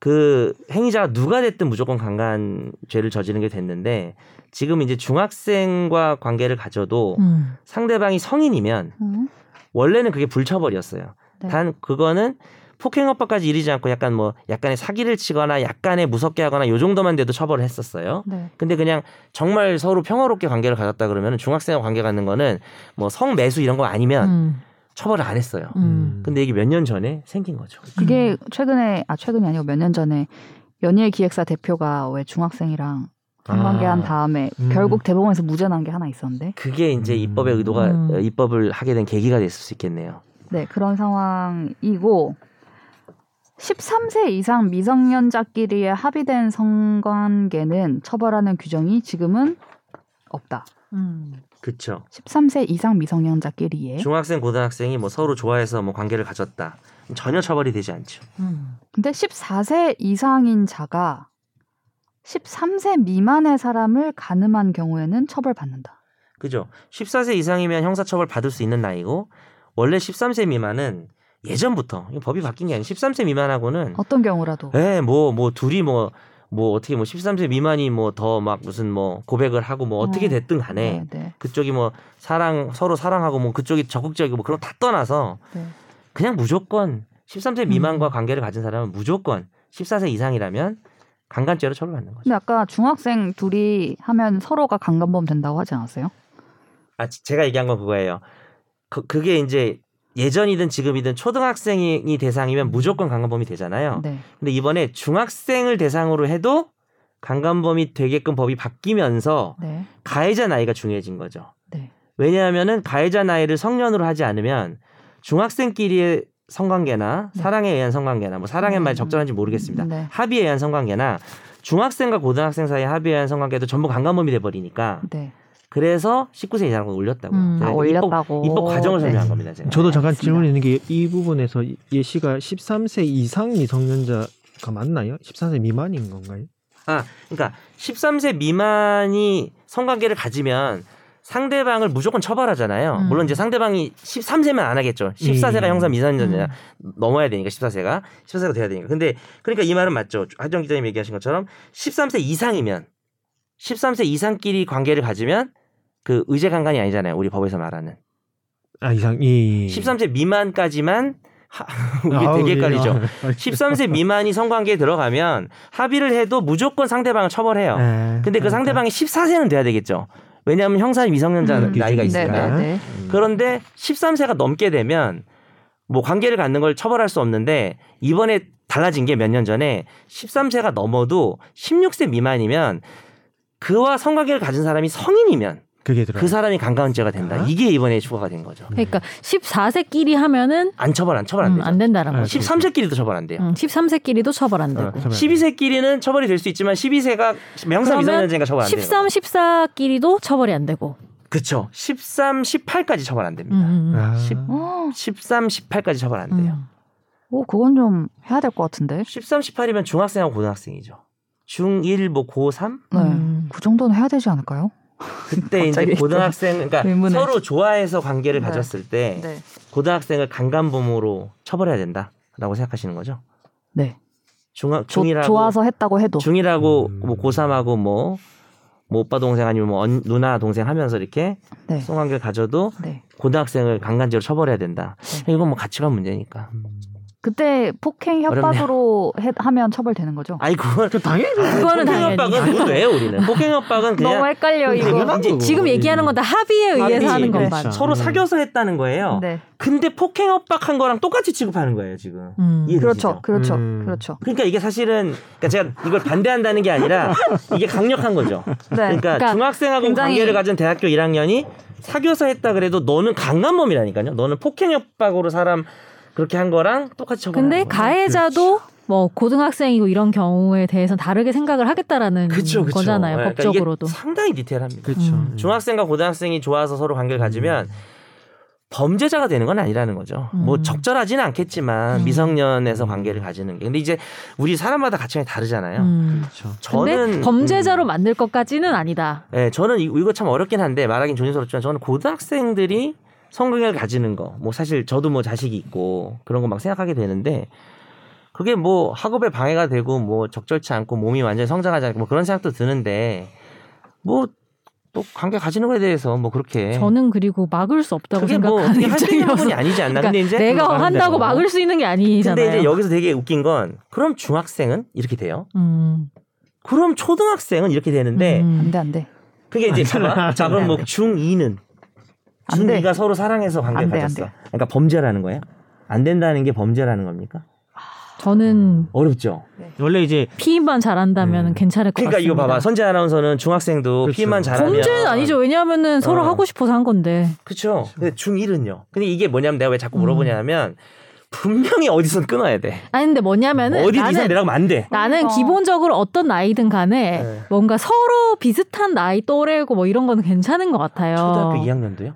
그 행위자가 누가 됐든 무조건 강간죄를 저지르는 게 됐는데 지금 이제 중학생과 관계를 가져도
음.
상대방이 성인이면
음.
원래는 그게 불처벌이었어요.
네.
단 그거는 폭행업법까지 이르지 않고 약간 뭐 약간의 사기를 치거나 약간의 무섭게 하거나 요 정도만 돼도 처벌을 했었어요.
네.
근데 그냥 정말 서로 평화롭게 관계를 가졌다 그러면 중학생과 관계 갖는 거는 뭐 성매수 이런 거 아니면
음.
처벌을 안 했어요.
음.
근데 이게 몇 년 전에 생긴 거죠.
그게 최근에 아 최근이 아니고 몇 년 전에 연예 기획사 대표가 왜 중학생이랑 성관계한
아.
다음에
음.
결국 대법원에서 무죄 난 게 하나 있었는데
그게 이제
음.
입법의 의도가
음.
어, 입법을 하게 된 계기가 됐을 수 있겠네요.
네 그런 상황이고 13세 이상 미성년자끼리의 합의된 성관계는 처벌하는 규정이 지금은 없다.
음.
그렇죠.
13세 이상 미성년자끼리의
중학생 고등학생이 뭐 서로 좋아해서 뭐 관계를 가졌다. 전혀 처벌이 되지 않죠.
음.
근데 14세 이상인 자가 13세 미만의 사람을 가늠한 경우에는 처벌받는다.
그죠? 14세 이상이면 형사처벌 받을 수 있는 나이고 원래 13세 미만은 예전부터 이거 법이 바뀐 게 아니고 13세 미만하고는
어떤 경우라도
예, 뭐, 뭐, 둘이 뭐, 뭐, 어떻게 뭐, 13세 미만이 뭐, 더 막 무슨 뭐, 고백을 하고 뭐, 어떻게
어.
됐든 간에,
네,
그쪽이 뭐, 사랑, 서로 사랑하고 뭐, 그쪽이 적극적이고 뭐, 그런 거 다 떠나서,
네. 음.
그냥 무조건, 13세 미만과 관계를 가진 사람은 무조건 14세 이상이라면, 강간죄로 처벌받는 거죠.
근데 아까 중학생 둘이 하면 서로가 강간범 된다고 하지 않았어요?
아, 지- 제가 얘기한 건 그거예요. 그, 그게 이제, 예전이든 지금이든 초등학생이 대상이면 무조건 강간범이 되잖아요.
네.
근데 이번에 중학생을 대상으로 해도 강간범이 되게끔 법이 바뀌면서
네.
가해자 나이가 중요해진 거죠.
네.
왜냐하면은 가해자 나이를 성년으로 하지 않으면 중학생끼리의 성관계나
네.
사랑에 의한 성관계나 뭐 사랑의 말이
음.
적절한지 모르겠습니다.
네.
합의에 의한 성관계나 중학생과 고등학생 사이 합의에 의한 성관계도 전부 강간범이 돼 버리니까
네.
그래서 19세 이상으로 올렸다고요.
음.
아,
제가
올렸다고.
입법, 입법 과정을
네.
설명한 겁니다. 제가.
저도 잠깐
알겠습니다.
질문이 있는 게 이 부분에서 이- 예시가 13세 이상 미성년자가 맞나요? 13세 미만인 건가요?
그러니까 13세 미만이 성관계를 가지면 상대방을 무조건 처벌하잖아요.
음.
물론 이제 상대방이 13세면 안 하겠죠. 14세가
음.
형사 미성년자냐 넘어야 되니까 14세가 14세가 돼야 되니까. 근데 그러니까 이 말은 맞죠. 하정 기자님 얘기하신 것처럼 13세 이상이면 13세 이상끼리 관계를 가지면 그 의제 강간이 아니잖아요. 우리 법에서 말하는
아 이상 이
13세 미만까지만 하,
아우,
이게 되게 헷갈리죠.
네.
13세 미만이 성관계에 들어가면 합의를 해도 무조건 상대방을 처벌해요.
네.
근데 그 상대방이 14세는 돼야 되겠죠. 왜냐하면 형사 미성년자
음.
나이가
네,
있으니까.
네, 네.
음.
그런데 13세가 넘게 되면 뭐 관계를 갖는 걸 처벌할 수 없는데 이번에 달라진 게 몇 년 전에 13세가 넘어도 16세 미만이면 그와 성관계를 가진 사람이 성인이면
그게 들어.
그 사람이 강간죄가 된다.
아.
이게 이번에 추가가 된 거죠.
그러니까 14세끼리 하면은
안 처벌 안 음. 처벌 안
음,
되죠.
안 된다는
네.
거지.
13세끼리도 처벌 안 돼요.
음, 13세끼리도 처벌
아,
안 되고.
어, 12세끼리는 처벌이 될 수 있지만 12세가 명사
그러면
미성년자니까 처벌 안 돼요.
13, 14끼리도 처벌이 안 되고.
그쵸. 13, 18까지 처벌 안 됩니다.
음, 음, 음.
아.
십-
어,
13, 18까지 처벌 안
음.
돼요.
오, 그건 좀 해야 될 것 같은데.
13, 18이면 중학생하고 고등학생이죠. 중1, 뭐 고3?
네.
음.
그 정도는 해야 되지 않을까요?
그때 이제
갑자기
고등학생, 그러니까
의문을-
서로 좋아해서 관계를
네.
가졌을 때
네.
고등학생을 강간범으로 처벌해야 된다라고 생각하시는 거죠.
네.
중학,
조,
중이라고
좋아서 했다고 해도.
중이라고
음.
뭐 고3하고 뭐 뭐 오빠 동생 아니면 뭐 언- 누나 동생 하면서 이렇게
네.
성관계를 가져도
네.
고등학생을 강간죄로 처벌해야 된다.
네.
이건 뭐 가치관 문제니까.
음.
그때 폭행 협박으로 해- 하면 처벌되는 거죠.
아니 그건
당연히
그거는
폭행 협박은
당연히.
그건 왜 우리는 폭행
너무
협박은 그냥
헷갈려 이거.
당연한 거고.
아, 지금 얘기하는 건 다 합의에
뭐 합의,
의해서 하는
그렇죠.
것만.
서로 사겨서 했다는
어.
거예요.
네.
근데 폭행 협박한 거랑 똑같이 취급하는 거예요 지금.
음.
이해되시죠?
그렇죠. 그렇죠.
음.
그렇죠.
그러니까 이게 사실은 그러니까 제가 이걸 반대한다는 게 아니라 이게 강력한 거죠.
네.
그러니까,
그러니까
중학생하고
굉장히-
관계를 가진 대학교 1학년이 사교사 했다 그래도 너는 강간범이라니까요. 너는 폭행 협박으로 사람 그렇게 한 거랑 똑같이 처벌하는
근데
거예요.
가해자도
그렇죠.
뭐 고등학생이고 이런 경우에 대해서 다르게 생각을 하겠다라는
그쵸, 그쵸.
거잖아요.
예, 그러니까 이게
법적으로도.
상당히 디테일합니다.
그렇죠.
음.
중학생과 고등학생이 좋아서 서로 관계를 가지면 범죄자가 되는 건 아니라는 거죠. 뭐
음.
적절하지는 않겠지만
음.
미성년에서 관계를 가지는 게. 근데 이제 우리 사람마다 가치관이 다르잖아요.
음.
그렇죠.
근데
저는
범죄자로 만들 것까지는 아니다.
예, 저는 이- 이거 참 어렵긴 한데 말하긴 조심스럽지만 저는 고등학생들이 성관계를 가지는 거, 뭐 사실 저도 뭐 자식이 있고 그런 거 막 생각하게 되는데 그게 뭐 학업에 방해가 되고 뭐 적절치 않고 몸이 완전히 성장하지 않고 뭐 그런 생각도 드는데 뭐 또 관계 가지는 거에 대해서 뭐 그렇게
저는 그리고 막을 수 없다고
그게 뭐
생각하는
어떻게 할 수 있는 부분이
입장이어서.
아니지 않나.
그러니까
근데 이제
내가 한다고 막을 수 있는 게 아니잖아요.
근데 이제 여기서 되게 웃긴 건 그럼 중학생은 이렇게 돼요.
음.
그럼 초등학생은 이렇게 되는데
음.
안돼 안돼.
그게 이제 봐봐. 자 그럼 뭐 중2는
안 돼.
중2가 서로 사랑해서 관계를
안 돼, 안
가졌어. 그러니까 범죄라는 거예요? 안 된다는 게 범죄라는 겁니까? 음.
저는
어렵죠.
원래 이제
피임만 잘한다면
음.
괜찮을 것
그러니까
같습니다.
이거 봐봐. 선재 아나운서는 중학생도
그렇죠.
피만 잘하면
범죄는 아니죠. 왜냐하면은 서로
어.
하고 싶어서 한 건데.
그렇죠. 근데 중1은요. 근데 이게 뭐냐면 내가 왜 자꾸
음.
물어보냐면 분명히 어디선 끊어야 돼.
아니 근데 뭐냐면은
어디
나는
이상 내려가면 안 돼.
나는
그러니까.
기본적으로 어떤 나이든 간에
네.
뭔가 서로 비슷한 나이 또래고 뭐 이런 거는 괜찮은 것 같아요.
초등학교 2학년도요?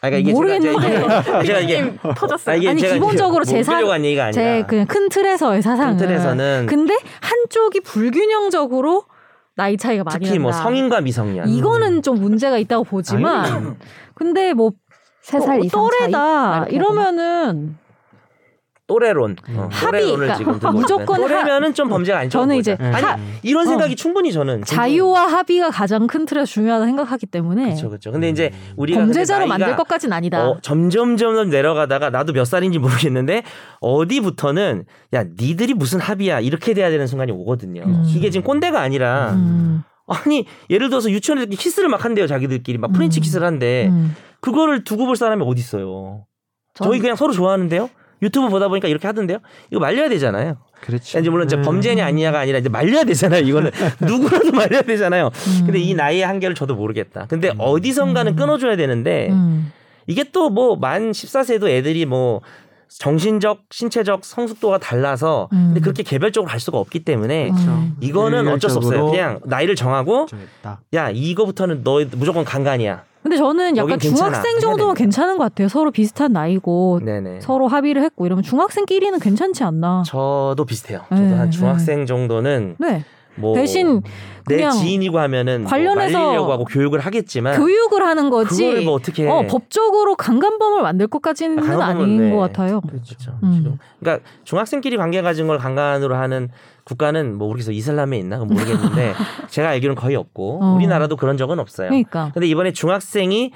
아, 그러니까 이게
어. 모르겠는데.
제가 이제 이게, 제가 이게 아, 이게
아니,
제가
기본적으로
이제
제 사-
려고한 얘기가 아니라
제 그냥 그 큰 틀에서의 사상은.
틀에서는
근데 한쪽이 불균형적으로 나이 차이가 많이
특히 뭐
난다.
성인과 미성년
이거는 좀 문제가 있다고 보지만 근데 뭐
세살
어,
이상 차이?
또래다
이렇게
이러면은
또래론 어,
음. 합의,
또래론을 지금 들고
무조건
있는데.
하-
또래면은 좀 범죄가 아니죠.
저는
예.
이제
아니
하-
이런
어.
생각이 충분히 저는
자유와 합의가 가장 큰 틀에서 중요하다 생각하기 때문에
그렇죠, 그렇죠. 근데 이제 우리가
음. 범죄자로
근데 나이가
만들 것까진 아니다.
어, 점점 점점 내려가다가 나도 몇 살인지 모르겠는데 어디부터는 야 니들이 무슨 합의야 이렇게 돼야 되는 순간이 오거든요.
음.
이게 지금 꼰대가 아니라
음,
아니 예를 들어서 유치원에서 이렇게 키스를 막 한대요 자기들끼리 막 프렌치
음.
키스를 한대
음.
그거를 두고 볼 사람이 어디 있어요?
전-
저희 그냥 서로 좋아하는데요. 유튜브 보다 보니까 이렇게 하던데요. 이거 말려야 되잖아요.
그렇죠.
이제 물론 이제
음.
범죄냐 아니냐가 아니라 이제 말려야 되잖아요. 이거는 누구라도 말려야 되잖아요. 근데 이 나이의 한계를 저도 모르겠다. 근데 어디선가는
음.
끊어줘야 되는데
음.
이게 또 뭐 만 14세도 애들이 뭐 정신적, 신체적 성숙도가 달라서
음.
근데 그렇게 개별적으로 갈 수가 없기 때문에
음. 그렇죠.
이거는 어쩔 수 없어요. 그냥 나이를 정하고
정했다.
야 이거부터는 너 무조건 강간이야.
근데 저는 약간
여긴 괜찮아.
중학생
해야
정도면
됩니다.
괜찮은 것 같아요. 서로 비슷한 나이고
네네.
어, 서로 합의를 했고 이러면 중학생끼리는 괜찮지 않나.
저도 비슷해요. 저도
네,
한
네.
중학생 정도는
네.
뭐
대신
내
그냥
지인이고 하면은
관련해서
뭐 말리려고 하고 교육을 하겠지만
교육을 하는
네. 그거를
거지.
뭐 어떻게
어, 법적으로 강간범을 만들 것까지는
강간범은
아닌
네.
것 같아요.
그렇죠.
음.
지금. 그러니까 중학생끼리 관계 가진 걸 강간으로 하는 국가는 뭐 모르겠어 이슬람에 있나 그건 모르겠는데 제가 알기로는 거의 없고
어.
우리나라도 그런 적은 없어요.
그러니까.
근데 이번에 중학생이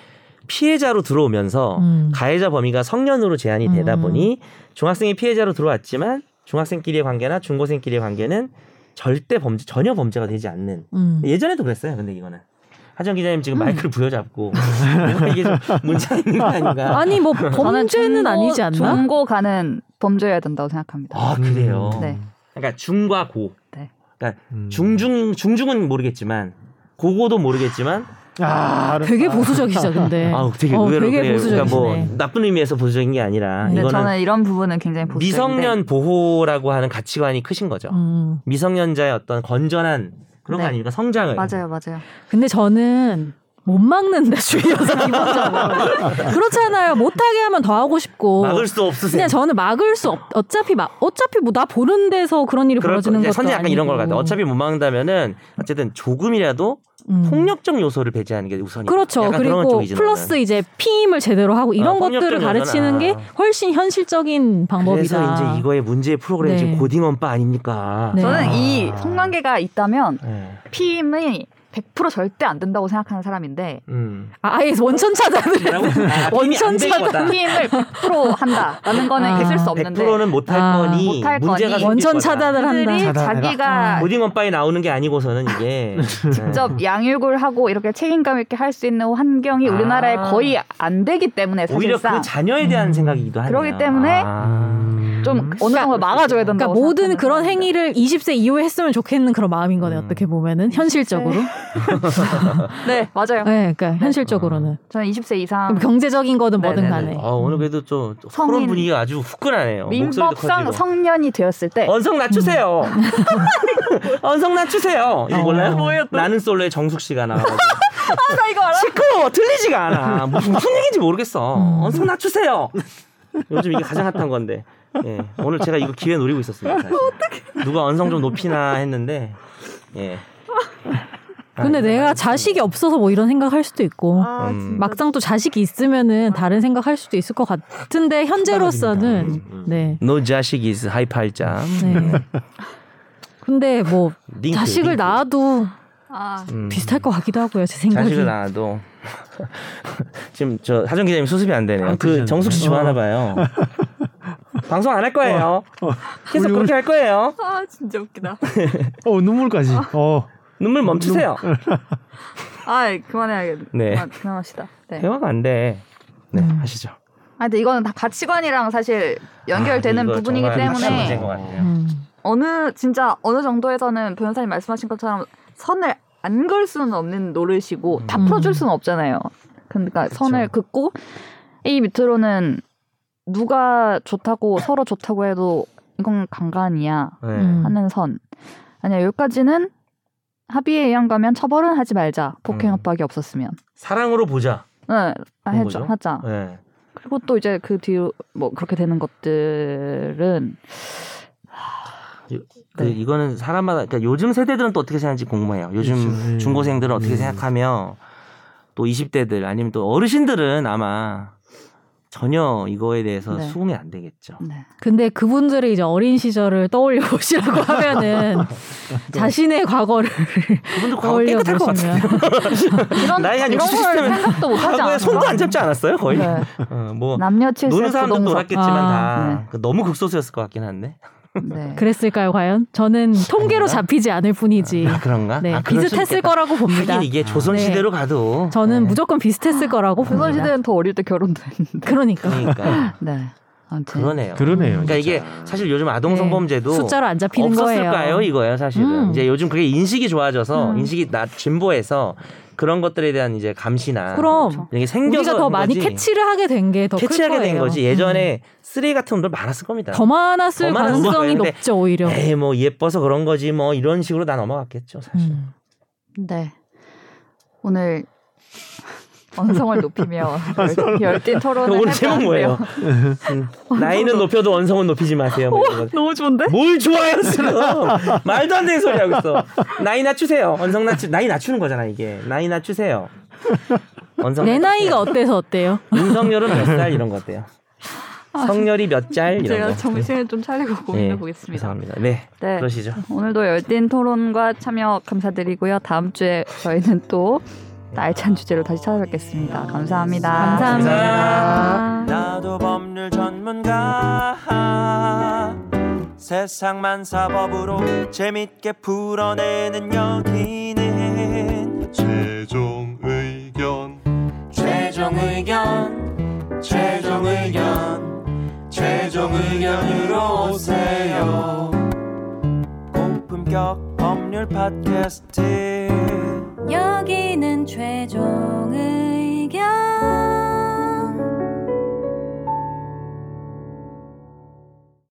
피해자로 들어오면서
음.
가해자 범위가 성년으로 제한이 되다
음.
보니 중학생이 피해자로 들어왔지만 중학생끼리의 관계나 중고생끼리의 관계는 절대 범죄 전혀 범죄가 되지 않는
음.
예전에도 그랬어요. 근데 이거는 하정 기자님 지금 마이크를 부여잡고 이게 좀 문제가 있는 거 아닌가?
아니 뭐
저는
범죄는
중고-
아니지 않나?
중고 가는 범죄여야 된다고 생각합니다.
아 그래요.
음. 네.
그러니까 중과 고
음.
중중 중중은 모르겠지만 고고도 모르겠지만
아, 알았다.
되게 보수적이죠, 근데.
아우 되게
어,
의외로
되게
그래요. 그러니까 뭐
보수적이시네. 네,
나쁜 의미에서 보수적인 게 아니라
근데
이거는
저는 이런 부분은 굉장히 보수적인데
미성년 보호라고 하는 가치관이 크신 거죠.
음.
미성년자의 어떤 건전한 그런 거
네.
아닙니까? 성장을
맞아요, 맞아요.
근데 저는 못 막는다 주의여서 기본적으로 그렇잖아요. 못하게 하면 더 하고 싶고.
어, 막을 수 없으세요.
그냥 저는 막을 수 없, 어차피 막 어차피 뭐 나 보는 데서 그런 일이
그럴
벌어지는
거- 이제
것도
선제 약간 이런 걸
아니고.
같아. 어차피 못 막는다면은 어쨌든 조금이라도
음.
폭력적 요소를 배제하는 게 우선이다.
그렇죠.
뭐 약간 그런
그리고
쪽이지,
플러스
나는.
이제 피임을 제대로 하고 이런
아,
것들을
폭력적인
가르치는 게
거잖아.
훨씬 현실적인 방법이다.
그래서 이제 이거의 문제의 프로그램이
네.
지금 고딩원빠 아닙니까?
네.
저는
아.
이 성관계가 있다면
네.
피임이 100% 절대 안 된다고 생각하는 사람인데
음.
아, 아예 원천 차단을.
뭐라고? 아, 팀이
원천
안된
차단.
거다.
팀을 100% 한다라는 거는
아.
있을 수 없는데
100%는 못할
아,
거니
못할 거니.
문제가 생길
원천
거다.
차단을
들이
한다.
차단해라.
자기가
오징어빠이 나오는 게 아니고서는 이게 네.
직접 양육을 하고 이렇게 책임감 있게 할 수 있는 환경이
아.
우리나라에 거의 안 되기 때문에
오히려
사실상 음.
그 자녀에 대한 생각이기도 하네요. 아.
그러기 때문에 음.
음.
좀 어느 정도 막아줘야 된다.
그러니까 모든 그런 행위를 20세 이후에 했으면 좋겠는 그런 마음인 거네 요
음.
어떻게 보면은 현실적으로.
네 어, 맞아요.
네, 그러니까 현실적으로는
저는 20세 이상
그럼 경제적인 거든 뭐든
네네네.
간에.
아, 오늘 그래도 좀
음. 성인.
그런 분위기가 아주 후끈하네요. 목소리도
민법상
커지고.
성년이 되었을 때
언성 낮추세요.
음.
언성 낮추세요. 이거
어.
몰라요? 나는 솔로의 정숙 씨가 나와가지고
나 이거 알아.
시끄러워 그 들리지가 않아. 무슨, 무슨 얘기인지 모르겠어.
음.
언성 낮추세요. 요즘 이게 가장 핫한 건데. 예, 오늘 제가 이거 기회 노리고 있었습니다. 사실. 누가 언성 좀 높이나 했는데. 예. 아,
근데 내가 자식이 없어서 뭐 이런 생각할 수도 있고
아,
음.
진짜.
막상 또 자식이 있으면은 다른 생각할 수도 있을 것 같은데 현재로서는
음,
네.
너 자식이 있어 하이팔자.
네. 근데 뭐
링크,
자식을
링크.
낳아도
아,
음.
비슷할 것 같기도 하고요 제 생각이.
자식을 낳아도 지금 저 하정 기자님 수습이 안 되네요.
아,
그
그러시네.
정숙 씨 좋아하나 봐요. 어. 방송 안 할 거예요. 계속 그렇게 할 거예요.
아 진짜 웃기다.
어 눈물까지. 어.
눈물 멈추세요.
아 그만해야겠.
네.
그만, 그만합시다. 네.
대화가 안 돼. 네
음.
하시죠.
아 근데 이거는 다 가치관이랑 사실
아,
연결되는
이거
부분이기
정말 큰 문제인
때문에
것 같아요.
음.
어느 진짜 어느 정도에서는 변호사님 말씀하신 것처럼 선을 안 걸 수는 없는 노릇이고 다
음.
풀어줄 수는 없잖아요. 그러니까
그쵸.
선을 긋고 이 밑으로는 누가 좋다고 서로 좋다고 해도 이건 강간이야
네.
음.
하는 선 아니야 여기까지는 합의에 의한 거면 처벌은 하지 말자 폭행
음.
협박이 없었으면
사랑으로 보자.
네
그런
해줘
거죠?
하자
네.
그리고 또 이제 그 뒤로 뭐 그렇게 되는 것들은
그
네.
이거는 사람마다 그러니까 요즘 세대들은 또 어떻게 생각하는지 궁금해요. 요즘
그렇죠. 예.
중고생들은 어떻게
예.
생각하며 또 20대들 아니면 또 어르신들은 아마 전혀 이거에 대해서
네.
수긍이 안 되겠죠.
네.
근데 그분들의 이제 어린 시절을 떠올려 보시라고 하면은 자신의 과거를
그분들 과거
떠올려
깨끗할 것 같은데.
보시면
이런
나이 한
이런
60,
걸
70대면
생각도 못 하지
과거에
않아요.
손도 안 잡지 않았어요 거의.
네.
어, 뭐
남녀 칠세
노는 사람도
부동석.
놀았겠지만
아,
다 그 너무 극소수였을 것 같긴 한데.
네.
그랬을까요 과연? 저는 통계로
아닌가?
잡히지 않을 뿐이지.
아, 그런가?
네,
아, 그럴 수
비슷했을
있겠다.
거라고 봅니다.
하긴 이게 조선 시대로 가도
저는
네.
무조건 비슷했을 거라고 봅니다.
조선 시대는 더 어릴 때 결혼도 했는데.
그러니까.
그러니까
네. 아무튼
그러네요.
그러네요.
그러니까 이게 사실 요즘 아동 성범죄도
네. 숫자로 안 잡히는
없었을까요
거예요.
이거예요 사실은
음.
이제 요즘 그게 인식이 좋아져서
음.
인식이 나 진보해서 그런 것들에 대한 이제 감시나
그럼
이게 생겨서
우리가 더
그런
많이
거지.
캐치를 하게 된 게 더 클 거예요. 음.
캐치하게 된 거지 예전에 쓰레기 같은 분들 많았을 겁니다.
더 많았을
더 많았을
가능성이
거예요. 근데
높죠 오히려.
에이 뭐 예뻐서 그런 거지 뭐 이런 식으로 다 넘어갔겠죠 사실.
음.
네. 오늘 언성을 높이며 열- 열띤 토론을 해봤는데요.
오늘 제목 뭐예요? 음, 나이는 높여도 언성은 높이지 마세요. 뭐 이런 거.
너무 좋은데?
뭘 좋아해요 지금 말도 안 되는 소리 하고 있어 나이 낮추세요 언성 낮추 나이 낮추는 거잖아 이게 나이 낮추세요 언성
내
네,
낮추세요.
나이가 어때서 어때요?
윤석열은 몇 살 이런 거 어때요 성열이 몇 짤 이런
아, 제가
거
정신을 좀 차리고 고민해 보겠습니다.
감사합니다 네,
네.
그러시죠
오늘도 열띤 토론과 참여 감사드리고요. 다음 주에 저희는 또
네.
알찬 주제로 다시 찾아뵙겠습니다. 감사합니다.
감사합니다.
나도 법률 전문가 세상만 사법으로 재밌게 풀어내는 여기는
최종 의견
최종 의견 최종 의견 최종 의견으로 오세요 고품격 법률 팟캐스트
여기는 최종 의견